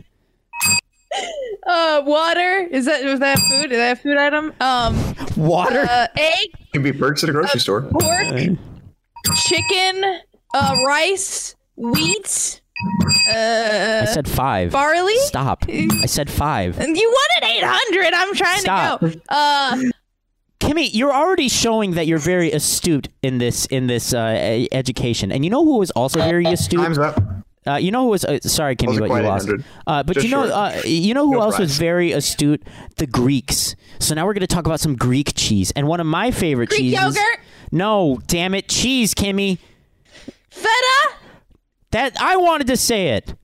B: uh, water. Is that was that food? Is that a food item? Um,
E: Water?
B: uh, egg,
F: You can be perks at a
B: Uh,
F: grocery store.
B: pork, chicken, uh, rice, wheat. Uh,
E: I said five.
B: Barley.
E: Stop. I said five.
B: And You wanted eight hundred. I'm trying
E: Stop.
B: to go. Uh,
E: Kimmy, you're already showing that you're very astute in this in this uh, e- education, and you know who was also very astute. Time's
F: up.
E: Uh, you know who was uh, sorry, Kimmy,
F: Wasn't
E: but
F: quite
E: you lost.
F: 800.
E: Uh, but
F: Just
E: you know,
F: short.
E: uh, you know who
F: No
E: else was
F: prize.
E: very astute? The Greeks. So now we're going to talk about some Greek cheese, and one of my favorite
B: Greek
E: cheeses.
B: yogurt?
E: No, damn it, cheese, Kimmy.
B: feta.
E: That I wanted to say it.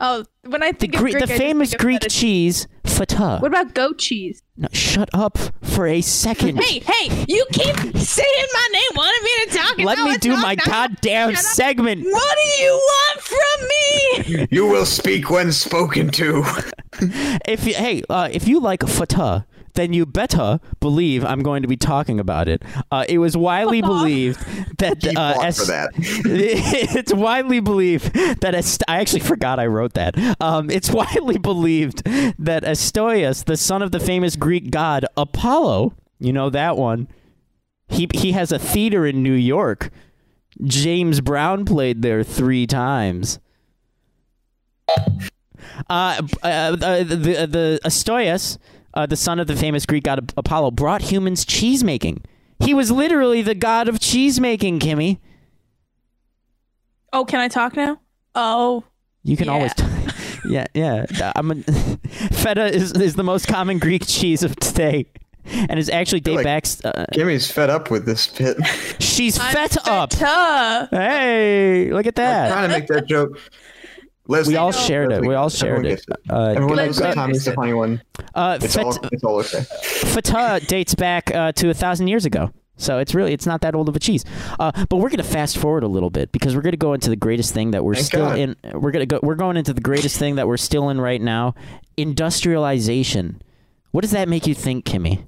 B: Oh, when I think
E: Gre-
B: of Greek, I
E: the
B: just
E: famous
B: think of
E: Greek
B: feta.
E: cheese, feta.
B: What about goat cheese?
E: No, shut up for a second.
B: Hey, hey! You keep saying my name, wanting me to talk. and
E: Let
B: now
E: me
B: I
E: do
B: talk
E: my
B: now.
E: goddamn segment.
B: What do you want from me?
F: You will speak when spoken to.
E: if you, hey, uh, if you like fatah, then you better believe I'm going to be talking about it. Uh, it was widely believed that uh,
N: fought
E: es-
N: for that.
E: *laughs* it's widely believed that Est- I actually forgot I wrote that. Um, it's *laughs* widely believed that Astoius, the son of the famous Greek god Apollo, you know that one. He he has a theater in New York. James Brown played there three times. Uh, b- uh, uh, the, the Astoius, uh, the son of the famous Greek god Ap- Apollo, brought humans cheese making He was literally the god of cheese making, Kimmy.
B: Oh, can I talk now? Oh,
E: You can always. yeah, *laughs* yeah. I'm a, feta is, is the most common Greek cheese of today, and is actually date back. Uh,
F: Kimmy's fed up with this pit.
E: She's fet up.
B: Feta.
E: Hey, look at that.
F: I'm trying to make that joke.
E: Uh, we all shared it. We all shared
F: Everyone
E: it.
F: gets it.
E: Uh,
F: Everyone
E: uh,
F: knows that Tommy's the funny one.
E: Uh,
F: it's,
E: fet-
F: all, it's all okay.
E: Feta dates back uh, to a thousand years ago. So it's really it's not that old of a cheese, uh, but we're gonna fast forward a little bit because we're gonna go into the greatest thing that we're
F: Thank
E: still
F: God.
E: in. We're gonna go. We're going into the greatest thing that we're still in right now: industrialization. What does that make you think, Kimmy?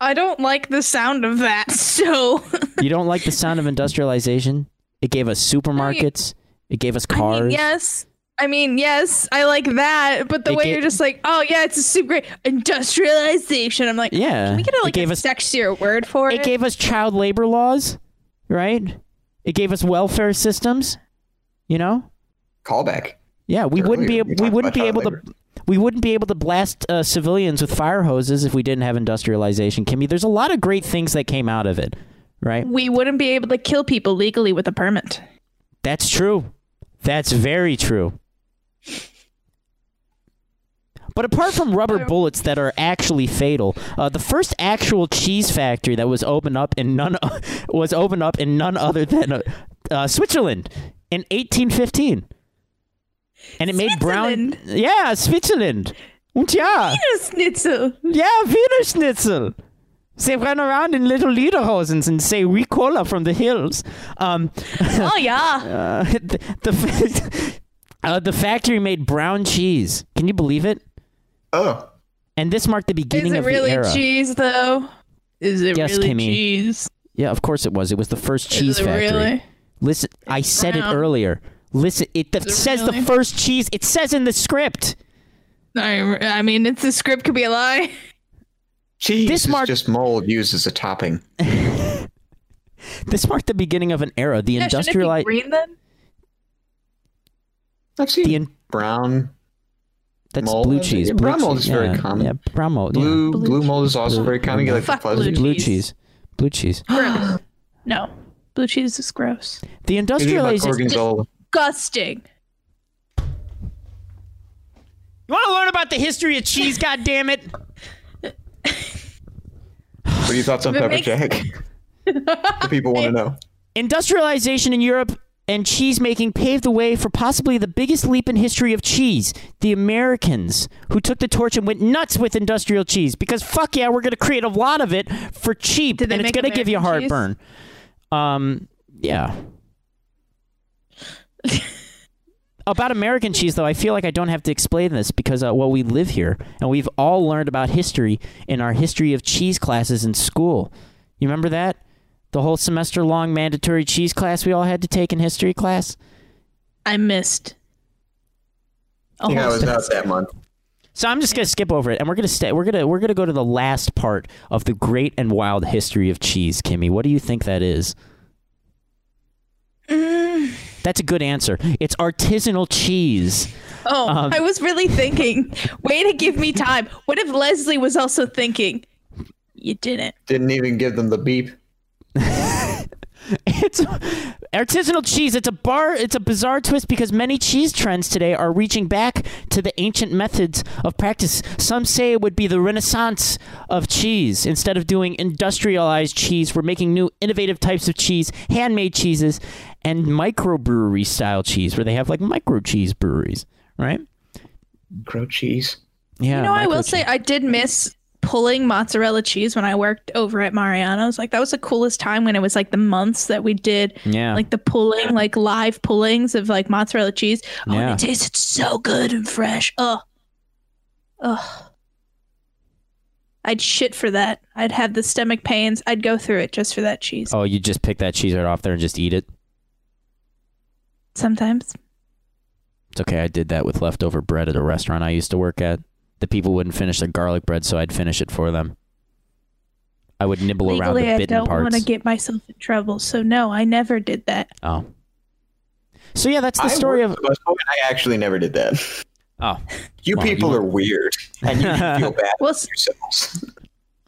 B: I don't like the sound of that. *laughs* So
E: You don't like the sound of industrialization? It gave us supermarkets. It gave us cars.
B: yes, I mean yes, I like that. But the
E: It
B: way
E: ga-
B: you're just like, oh yeah, it's a super great industrialization. I'm like,
E: Yeah,
B: Can we get
E: it
B: a, like
E: gave
B: a
E: us-
B: sexier word for it?
E: It gave us child labor laws, right? It gave us welfare systems. You know.
F: Callback.
E: Yeah, we wouldn't be ab- we wouldn't be able to we wouldn't be able to blast uh, civilians with fire hoses if we didn't have industrialization, Kimmy. There's a lot of great things that came out of it, right?
B: we wouldn't be able to kill people legally with a permit.
E: That's true. That's very true. But apart from rubber bullets that are actually fatal, uh, the first actual cheese factory that was opened up in none *laughs* was opened up in none other than uh, uh, Switzerland in 1815, and it made brown. Yeah, Switzerland. Und ja.
B: Wiener Schnitzel.
E: Yeah, Wiener Schnitzel. They run around in little lederhosens and say "We cola" from the hills. Um,
B: *laughs* oh yeah.
E: uh, the the, fa- uh, *laughs* the factory made brown cheese. Can you believe it?
F: Oh.
E: And this marked the beginning
B: Is it
E: of
B: really
E: the era.
B: cheese though? Is it
E: yes,
B: really
E: Kimmy.
B: cheese?
E: Yeah, of course it was. It was the first cheese
B: it
E: factory.
B: really?
E: Listen, I said it
B: brown.
E: earlier. Listen, it, the,
B: it
E: says
B: really?
E: the first cheese. It says in the script.
B: I, I mean, it's the script could be a lie.
F: Cheese is just mold used as a topping.
E: This marked the beginning of an era. The
B: *laughs* Yeah, shouldn't it be
E: industrialized.
B: green then?
F: I've seen brown.
E: That's
F: mold.
E: blue cheese.
F: Yeah,
E: blue
F: brown mold
E: cheese,
F: is very
E: yeah,
F: common.
E: Yeah, brown mold. yeah.
F: Blue- Blue blue mold is also
E: Blue-
F: very common. You
E: blue
F: like the
E: mold.
F: fuzzy Fuck blue
E: blue
F: cheese.
E: cheese.
B: *gasps*
E: Blue cheese.
B: Gross. no, blue cheese is gross.
E: The industrialization.
B: Disgusting.
E: You want to learn about the history of cheese? *laughs* God damn it!
F: What are your thoughts on
E: If it
F: pepper
E: makes- *laughs*
F: jack? the people want to know.
E: Industrialization in Europe and cheese making paved the way for possibly the biggest leap in history of cheese. The Americans, who took the torch and went nuts with industrial cheese, because fuck yeah, we're gonna create a lot of it for cheap,
B: Did they
E: and
B: make
E: it's gonna give you
B: American cheese?
E: heartburn. Um,
B: *laughs*
E: yeah. about American cheese, though, I feel like I don't have to explain this because, uh, well, we live here and we've all learned about history in our history of cheese classes in school. You remember that? The whole semester long mandatory cheese class we all had to take in history class?
B: I missed.
F: I think I was out that month.
E: So I'm just gonna skip over it, and we're gonna stay. We're gonna we're gonna go to the last part of the great and wild history of cheese, Kimmy. What do you think that is? That's a good answer. It's artisanal cheese.
B: Oh,
E: Um,
B: I was really thinking. *laughs* Way to give me time. What if Leslie was also thinking? You didn't.
F: Didn't even give them the beep.
E: It's artisanal cheese. It's a bar. It's a bizarre twist because many cheese trends today are reaching back to the ancient methods of practice. Some say it would be the renaissance of cheese. Instead of doing industrialized cheese, we're making new innovative types of cheese, handmade cheeses, and microbrewery style cheese, where they have like micro cheese breweries, right?
F: Micro cheese.
E: Yeah.
B: You know, I
E: micro
B: will
E: cheese.
B: say I did miss pulling mozzarella cheese when I worked over at Mariano's. Like that was the coolest time when it was like the months that we did
E: Yeah.
B: like the pulling, like live pullings of like mozzarella cheese. Oh, and
E: Yeah.
B: it tasted so good and fresh. Ugh. Ugh. I'd shit for that. I'd have the stomach pains. I'd go through it just for that cheese.
E: Oh, you just pick that cheese right off there and just eat it.
B: Sometimes.
E: It's okay. I did that with leftover bread at a restaurant I used to work at. The people wouldn't finish their garlic bread, so I'd finish it for them. I would nibble around
B: Legally,
E: the
B: I
E: bitten
B: don't want
E: parts.
B: to get myself in trouble. So no, I never did that.
E: oh. So yeah, that's the story of.
F: But I actually never did that.
E: Oh. *laughs*
F: You
E: Well, you
F: people
E: were-
F: *laughs* are weird, and you should feel bad
B: Well,
F: for yourselves.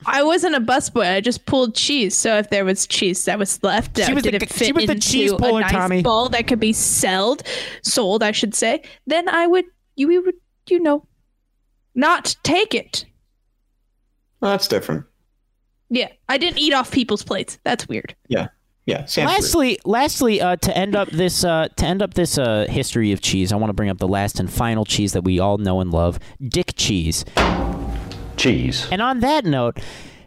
B: I wasn't a busboy. I just pulled cheese. So if there was cheese that was left,
P: She
B: uh,
P: was
B: did
P: the-
B: it fit
P: she was the
B: into
P: cheese puller,
B: a nice
P: Tommy.
B: bowl that could be sold, sold, I should say. Then I would, you we would, you know, not take it.
F: Well, that's different.
B: Yeah, I didn't eat off people's plates. That's weird.
F: Yeah. Yeah. Sam's weird.
E: lastly, lastly, uh, to end up this uh, to end up this uh, history of cheese, I want to bring up the last and final cheese that we all know and love, Dick cheese.
O: Cheese.
E: And on that note,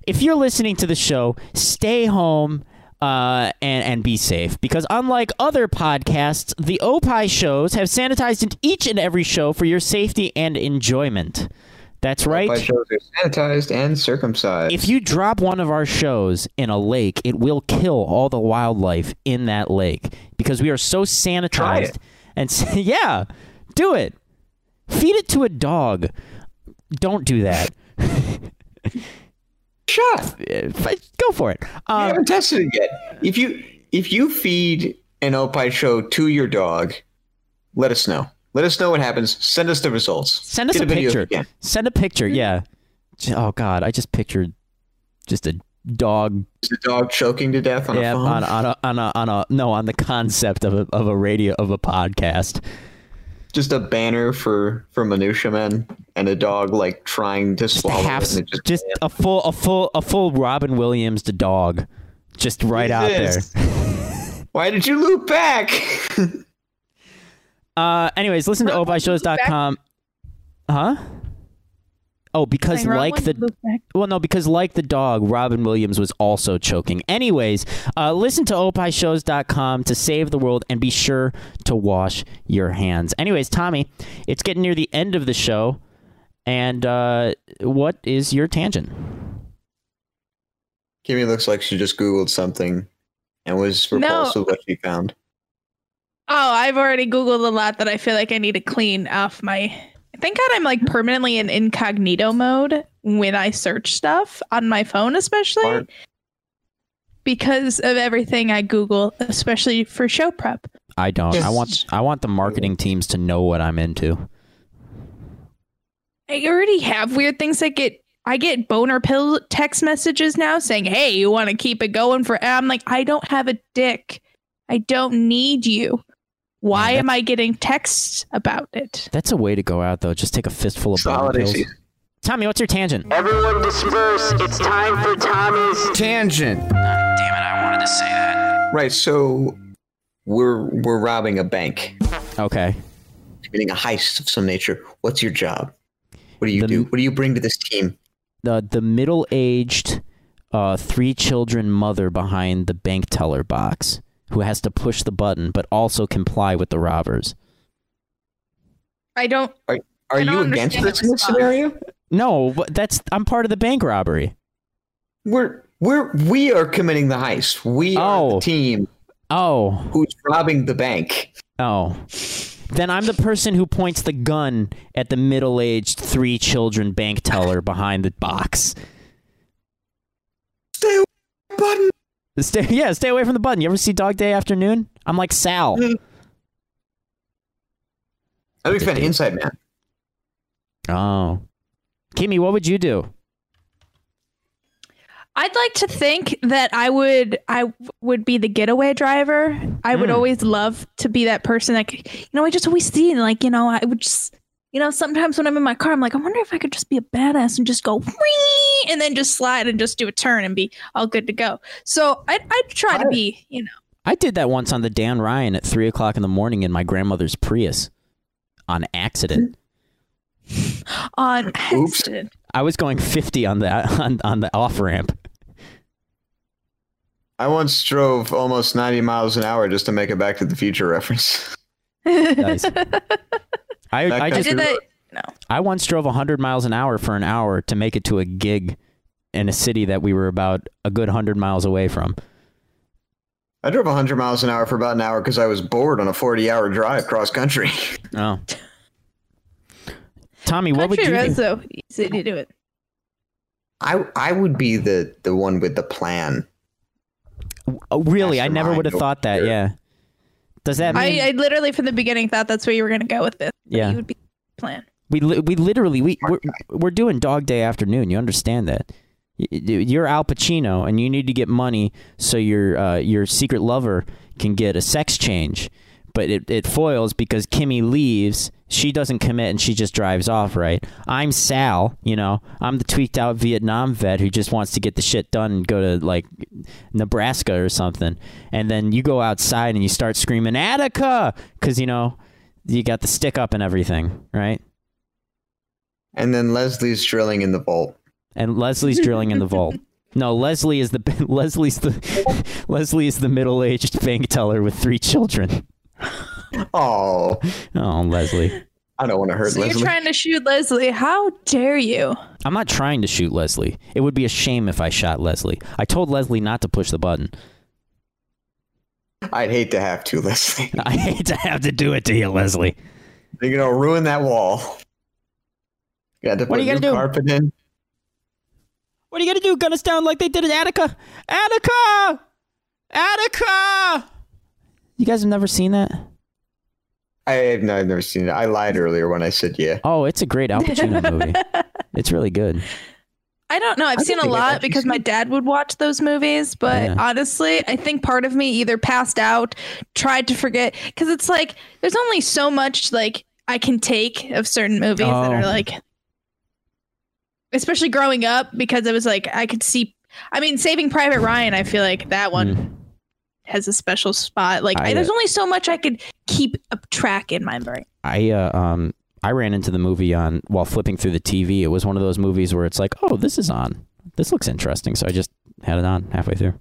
E: if you're listening to the show, stay home. Uh, and and be safe because unlike other podcasts, the Opie shows have sanitized in each and every show for your safety and enjoyment. That's right.
F: By shows are sanitized and circumcised.
E: If you drop one of our shows in a lake, it will kill all the wildlife in that lake because we are so sanitized.
F: it.
E: And s- *laughs* yeah, do it. Feed it to a dog. Don't do that.
F: Shut.
E: Go for it. Um,
F: you haven't tested it yet. If you if you feed an opie show to your dog, let us know. Let us know what happens. Send us the results.
E: Send us
F: Get
E: a,
F: video if
E: picture.
F: you can.
E: Send a picture. Yeah. J- Oh God, I just pictured just a dog.
F: Is the dog choking to death on
E: yeah,
F: a phone?
E: on, on a on a on a no on the concept of a of a radio of a podcast.
F: just a banner for for minutia men and a dog like trying to swallow
E: half
F: it. and it just,
E: just a full a full a full Robin Williams the dog just right out there.
F: Jesus.
E: *laughs*
F: Why did you loop back? *laughs*
E: uh anyways, listen to obyshows.com. Huh? Oh, because
P: Something wrong
E: like
P: with
E: the well, no, because like the dog, Robin Williams was also choking. Anyways, uh, listen to opishows.com to save the world and be sure to wash your hands. Anyways, Tommy, it's getting near the end of the show, and uh, what is your tangent?
F: Kimmy looks like she just googled something and was repulsed
B: No.
F: with what she found.
B: Oh, I've already Googled a lot that I feel like I need to clean off my. Thank God I'm like permanently in incognito mode when I search stuff on my phone, especially because of everything I Google, especially for show prep.
E: I don't. I
B: Just-
E: want I want the marketing teams to know what I'm into.
B: I already have weird things that get. I get boner pill text messages now saying, "Hey, you want to keep it going for?" I'm like, I don't have a dick. I don't need you. Why am I getting texts about it?
E: That's a way to go out though. Just take a fistful of boner
F: holiday
E: pills.
F: season.
E: Tommy, what's your tangent?
N: Everyone disperse. It's time for Tommy's
F: Tangent.
E: Damn it, I wanted to say that.
F: Right, so we're we're robbing a bank.
E: Okay.
F: Committing a heist of some nature. What's your job? What do you do? What do you bring to this team?
E: The the middle aged uh, three children mother behind the bank teller box who has to push the button but also comply with the robbers.
B: I don't.
F: Are, are
B: I don't
F: you against
B: understand
F: this
B: the
F: in this
B: response.
F: scenario?
E: No, but that's I'm part of the bank robbery.
F: We're we're we are committing the heist. We are the team.
E: Oh.
F: Who's robbing the bank?
E: Oh. Then I'm the person who points the gun at the middle aged three children bank teller behind the box.
F: Stay away from the button.
E: Stay, yeah, stay away from the button. You ever see Dog Day Afternoon? I'm like Sal.
F: I would an inside man.
E: Oh. Kimmy, what would you do?
B: I'd like to think that I would I would be the getaway driver. I would
E: Mm.
B: always love to be that person that could- you know I just always see and like you know I would just you know sometimes when I'm in my car I'm like I wonder if I could just be a badass and just go "Whee!" and then just slide and just do a turn and be all good to go. So I I try to be you know
E: I did that once on the Dan Ryan at three o'clock in the morning in my grandmother's Prius on accident.
B: on accident.
E: I was going fifty on the *laughs* on, on the off ramp.
F: I once drove almost 90 miles an hour just to make a Back to the Future reference. *laughs*
E: Nice. I,
F: That
E: I
F: country
E: just
F: I did that-
E: I once drove 100 miles an hour for an hour to make it to a gig in a city that we were about a good 100 miles away from.
F: I drove 100 miles an hour for about an hour because I was bored on a 40 hour drive cross country. *laughs*
E: Oh. Tommy, what would
B: Country
E: you
B: roads
E: do?
B: though easy to do it.
F: I I would be the the one with the plan.
E: Oh, really? I never would have
F: Mastermind
E: thought that. Yeah. Does that mean
B: I, I literally from the beginning thought that's where you were gonna go with this.
E: Yeah.
B: you would be the plan.
E: we li- we literally we we're, we're doing dog day afternoon. You understand that? y- you're Al Pacino and you need to get money so your uh, your secret lover can get a sex change. But it, it foils because Kimmy leaves. She doesn't commit and she just drives off, right? I'm Sal, you know. I'm the tweaked out Vietnam vet who just wants to get the shit done and go to like Nebraska or something. And then you go outside and you start screaming, Attica! Because, you know, you got the stick up and everything, right?
F: And then Leslie's drilling in the vault.
E: And Leslie's drilling in the vault. No, Leslie is the *laughs* Leslie's the *laughs* Leslie is the middle-aged bank teller with three children.
F: Oh,
E: oh, Leslie.
F: I don't want to hurt
B: So
E: Leslie.
B: you're trying to shoot Leslie. How dare you?
E: I'm not trying to shoot Leslie. It would be a shame if I shot Leslie. I told Leslie not to push the button. *laughs*
F: I'd hate to have to, *laughs* Leslie.
E: I hate to have to do it to you, Leslie.
F: They're gonna ruin that wall. Got to
E: What
F: put
E: are you gonna
F: new
E: do?
F: carpet in.
E: What are you gonna do? Gun us down like they did at Attica? Attica! Attica! You guys have never seen that?
F: I have no, I've never seen it. I lied earlier when I said yeah.
E: Oh, it's a great Al Pacino movie. It's really good.
B: I don't know. I've
F: don't
B: seen a
F: think I've
B: lot
F: actually
B: because my dad would watch those movies, but
E: Yeah.
B: honestly, I think part of me either passed out, tried to forget cuz it's like there's only so much like I can take of certain movies that are
E: Oh.
B: like especially growing up because it was like I could see I mean Saving Private Ryan, I feel like that one has a special spot. Like
E: Mm. I, uh,
B: there's only so much I could keep a track in my brain.
E: I uh, um I ran into the movie on while flipping through the TV. It was one of those movies where it's like, oh, this is on. This looks interesting. So I just had it on halfway through.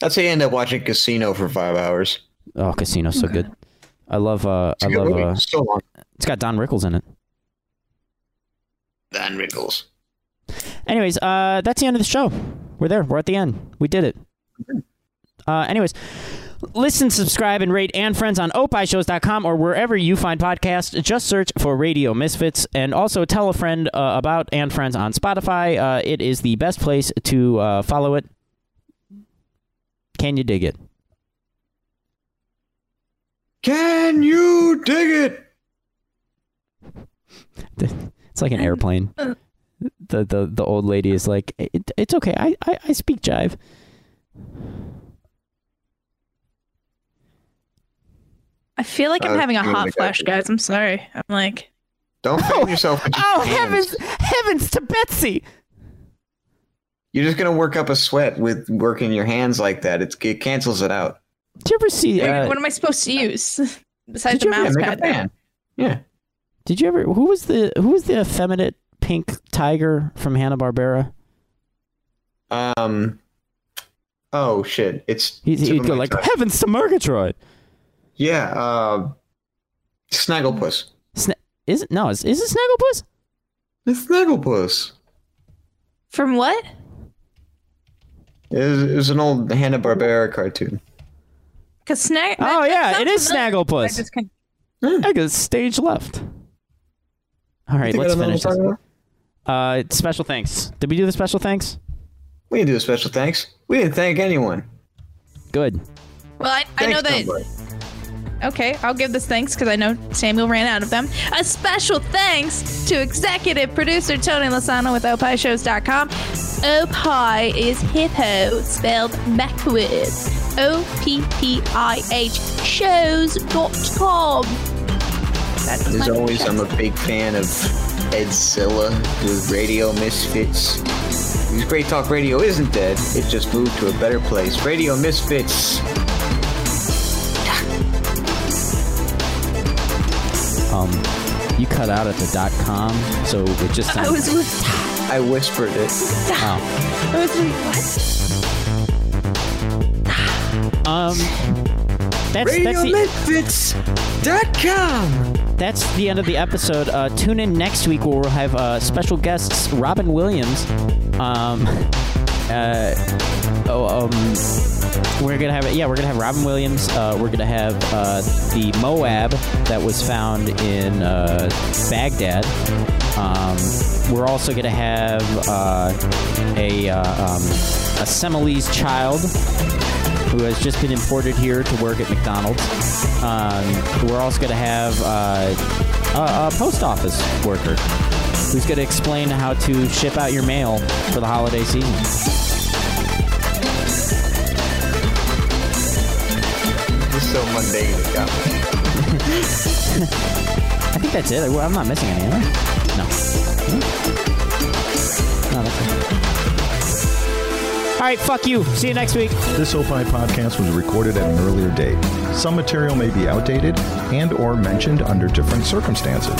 F: That's how you end up watching Casino for five hours.
E: Oh, Casino's so good. I love. Uh,
F: a
E: I
F: good
E: love.
F: movie.
E: Uh,
F: It's so long.
E: it's got Don Rickles in it.
F: Don Rickles.
E: Anyways, uh, that's the end of the show. We're there. We're at the end. We did it. Uh, anyways, listen, subscribe, and rate and friends on opishows.com or wherever you find podcasts. Just search for Radio Misfits and also tell a friend uh, about and friends on Spotify. Uh, it is the best place to uh, follow it. Can you dig it? *laughs*
F: Can you dig it?
E: It's like an *laughs* airplane. The, the the old lady is like, it, it's okay. I, I, I speak jive.
B: I feel like I'm
E: Uh,
B: having a
E: you wanna
B: hot
E: make that
B: flash, guys. I'm sorry. I'm like
E: *laughs*
F: Don't film yourself. with your hands.
E: Oh, heavens to Betsy!
F: You're just gonna work up a sweat with working your hands like that. It's, it cancels it out.
E: Do you ever see? uh,
B: what am I supposed to use *laughs* besides
E: Did
B: the
E: you ever
B: mouse
E: make a
B: pad?
E: fan?
F: Yeah.
E: Did you ever? Who was the who was the effeminate pink tiger from Hanna Barbera?
F: Um. Oh shit! It's
E: He'd,
F: tip
E: he'd
F: of
E: go
F: my
E: like, *laughs*
F: tongue.
E: "Heavens to Murgatroyd!"
F: Yeah. Uh, Snagglepuss.
E: Sna- is it no? Is is it Snagglepuss?
F: It's Snagglepuss.
B: From what?
F: It was, it was an old Hanna Barbera cartoon.
B: Because snag.
E: Oh yeah, it is
B: I
E: Snagglepuss.
B: just can't-
E: I go stage left. All right,
F: think I
E: let's
F: know what
E: finish
F: I'm
E: this. Uh, special thanks. Did we do the special thanks?
F: We didn't do a special thanks. We didn't thank anyone.
E: Good.
B: Well, I, I know that. Okay, I'll give this thanks because I know Samuel ran out of them. A special thanks to executive producer Tony Lasano with opishows.com. Opie is hippo spelled backwards. O P P I H shows.com. That was
F: As
B: my
F: always,
B: shout.
F: I'm a big fan of Ed Silla, the Radio Misfits. Because Great Talk Radio isn't dead, it just moved to a better place. Radio Misfits.
E: Um, you cut out at the dot com, so it
B: *laughs*
E: just
B: I
E: sounds.
B: was with.
F: I whispered it.
E: Oh.
B: I was like, what?
E: Um, that's that's the, That's the end of the episode. Uh, tune in next week where we'll have uh, special guests Robin Williams. Um, uh, oh, um, we're gonna have yeah, we're gonna have Robin Williams. Uh, we're gonna have uh, the Moab that was found in uh, Baghdad. Um, we're also gonna have uh, a uh, um, a Semelese child who has just been imported here to work at McDonald's. Um, we're also going to have uh, a, a post office worker who's going to explain how to ship out your mail for the holiday season.
F: It's so mundane. it got me.
E: I think that's it. Well, I'm not missing any, am I? No. Hmm? No, that's it. All right, fuck you. See you next week.
D: This OPI podcast was recorded at an earlier date. Some material may be outdated and or mentioned under different circumstances.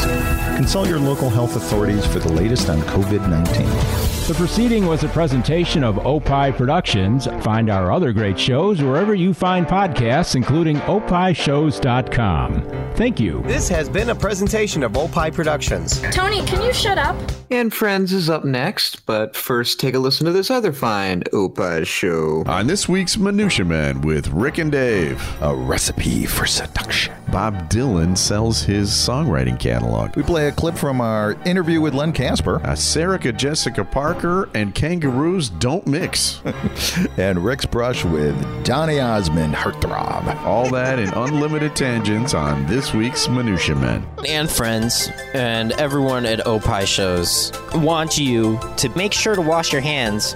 D: Consult your local health authorities for the latest on COVID-19.
K: The proceeding was a presentation of Opie Productions. Find our other great shows wherever you find podcasts, including opishows.com. Thank you.
P: This has been a presentation of Opie Productions.
Q: Tony, can you shut up?
F: And Friends is up next, but first take a listen to this other find, Opa Show.
C: On this week's Minutia Men with Rick and Dave,
D: a recipe for seduction.
C: Bob Dylan sells his songwriting catalog.
D: We play a clip from our interview with Len Casper.
C: Uh, Serica Jessica Parker and kangaroos don't mix.
D: and Rick's brush with Donny Osmond, heartthrob.
C: All that and unlimited tangents on this week's Minutia Men.
R: and friends and everyone at Opie shows want you to make sure to wash your hands.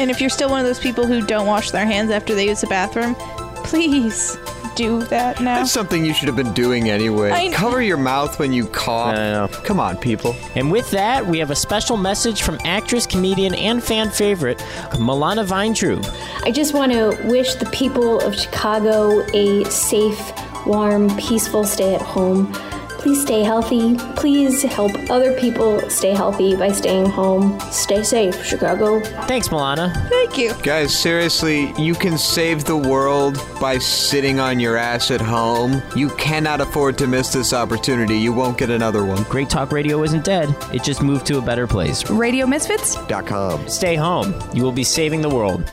B: And if you're still one of those people who don't wash their hands after they use the bathroom, please do that now.
F: That's something you should have been doing anyway.
B: I-
F: Cover your mouth when you cough. Come on, people.
E: And with that, we have a special message from actress, comedian, and fan favorite, Milana Weintraub.
S: I just want to wish the people of Chicago a safe, warm, peaceful stay at home. Please stay healthy. Please help other people stay healthy by staying home. Stay safe, Chicago.
E: Thanks, Milana.
B: Thank you.
F: Guys, seriously, you can save the world by sitting on your ass at home. You cannot afford to miss this opportunity. You won't get another one.
E: Great Talk Radio isn't dead, it just moved to a better place.
B: Radio Misfits?
F: .com.
E: Stay home. You will be saving the world.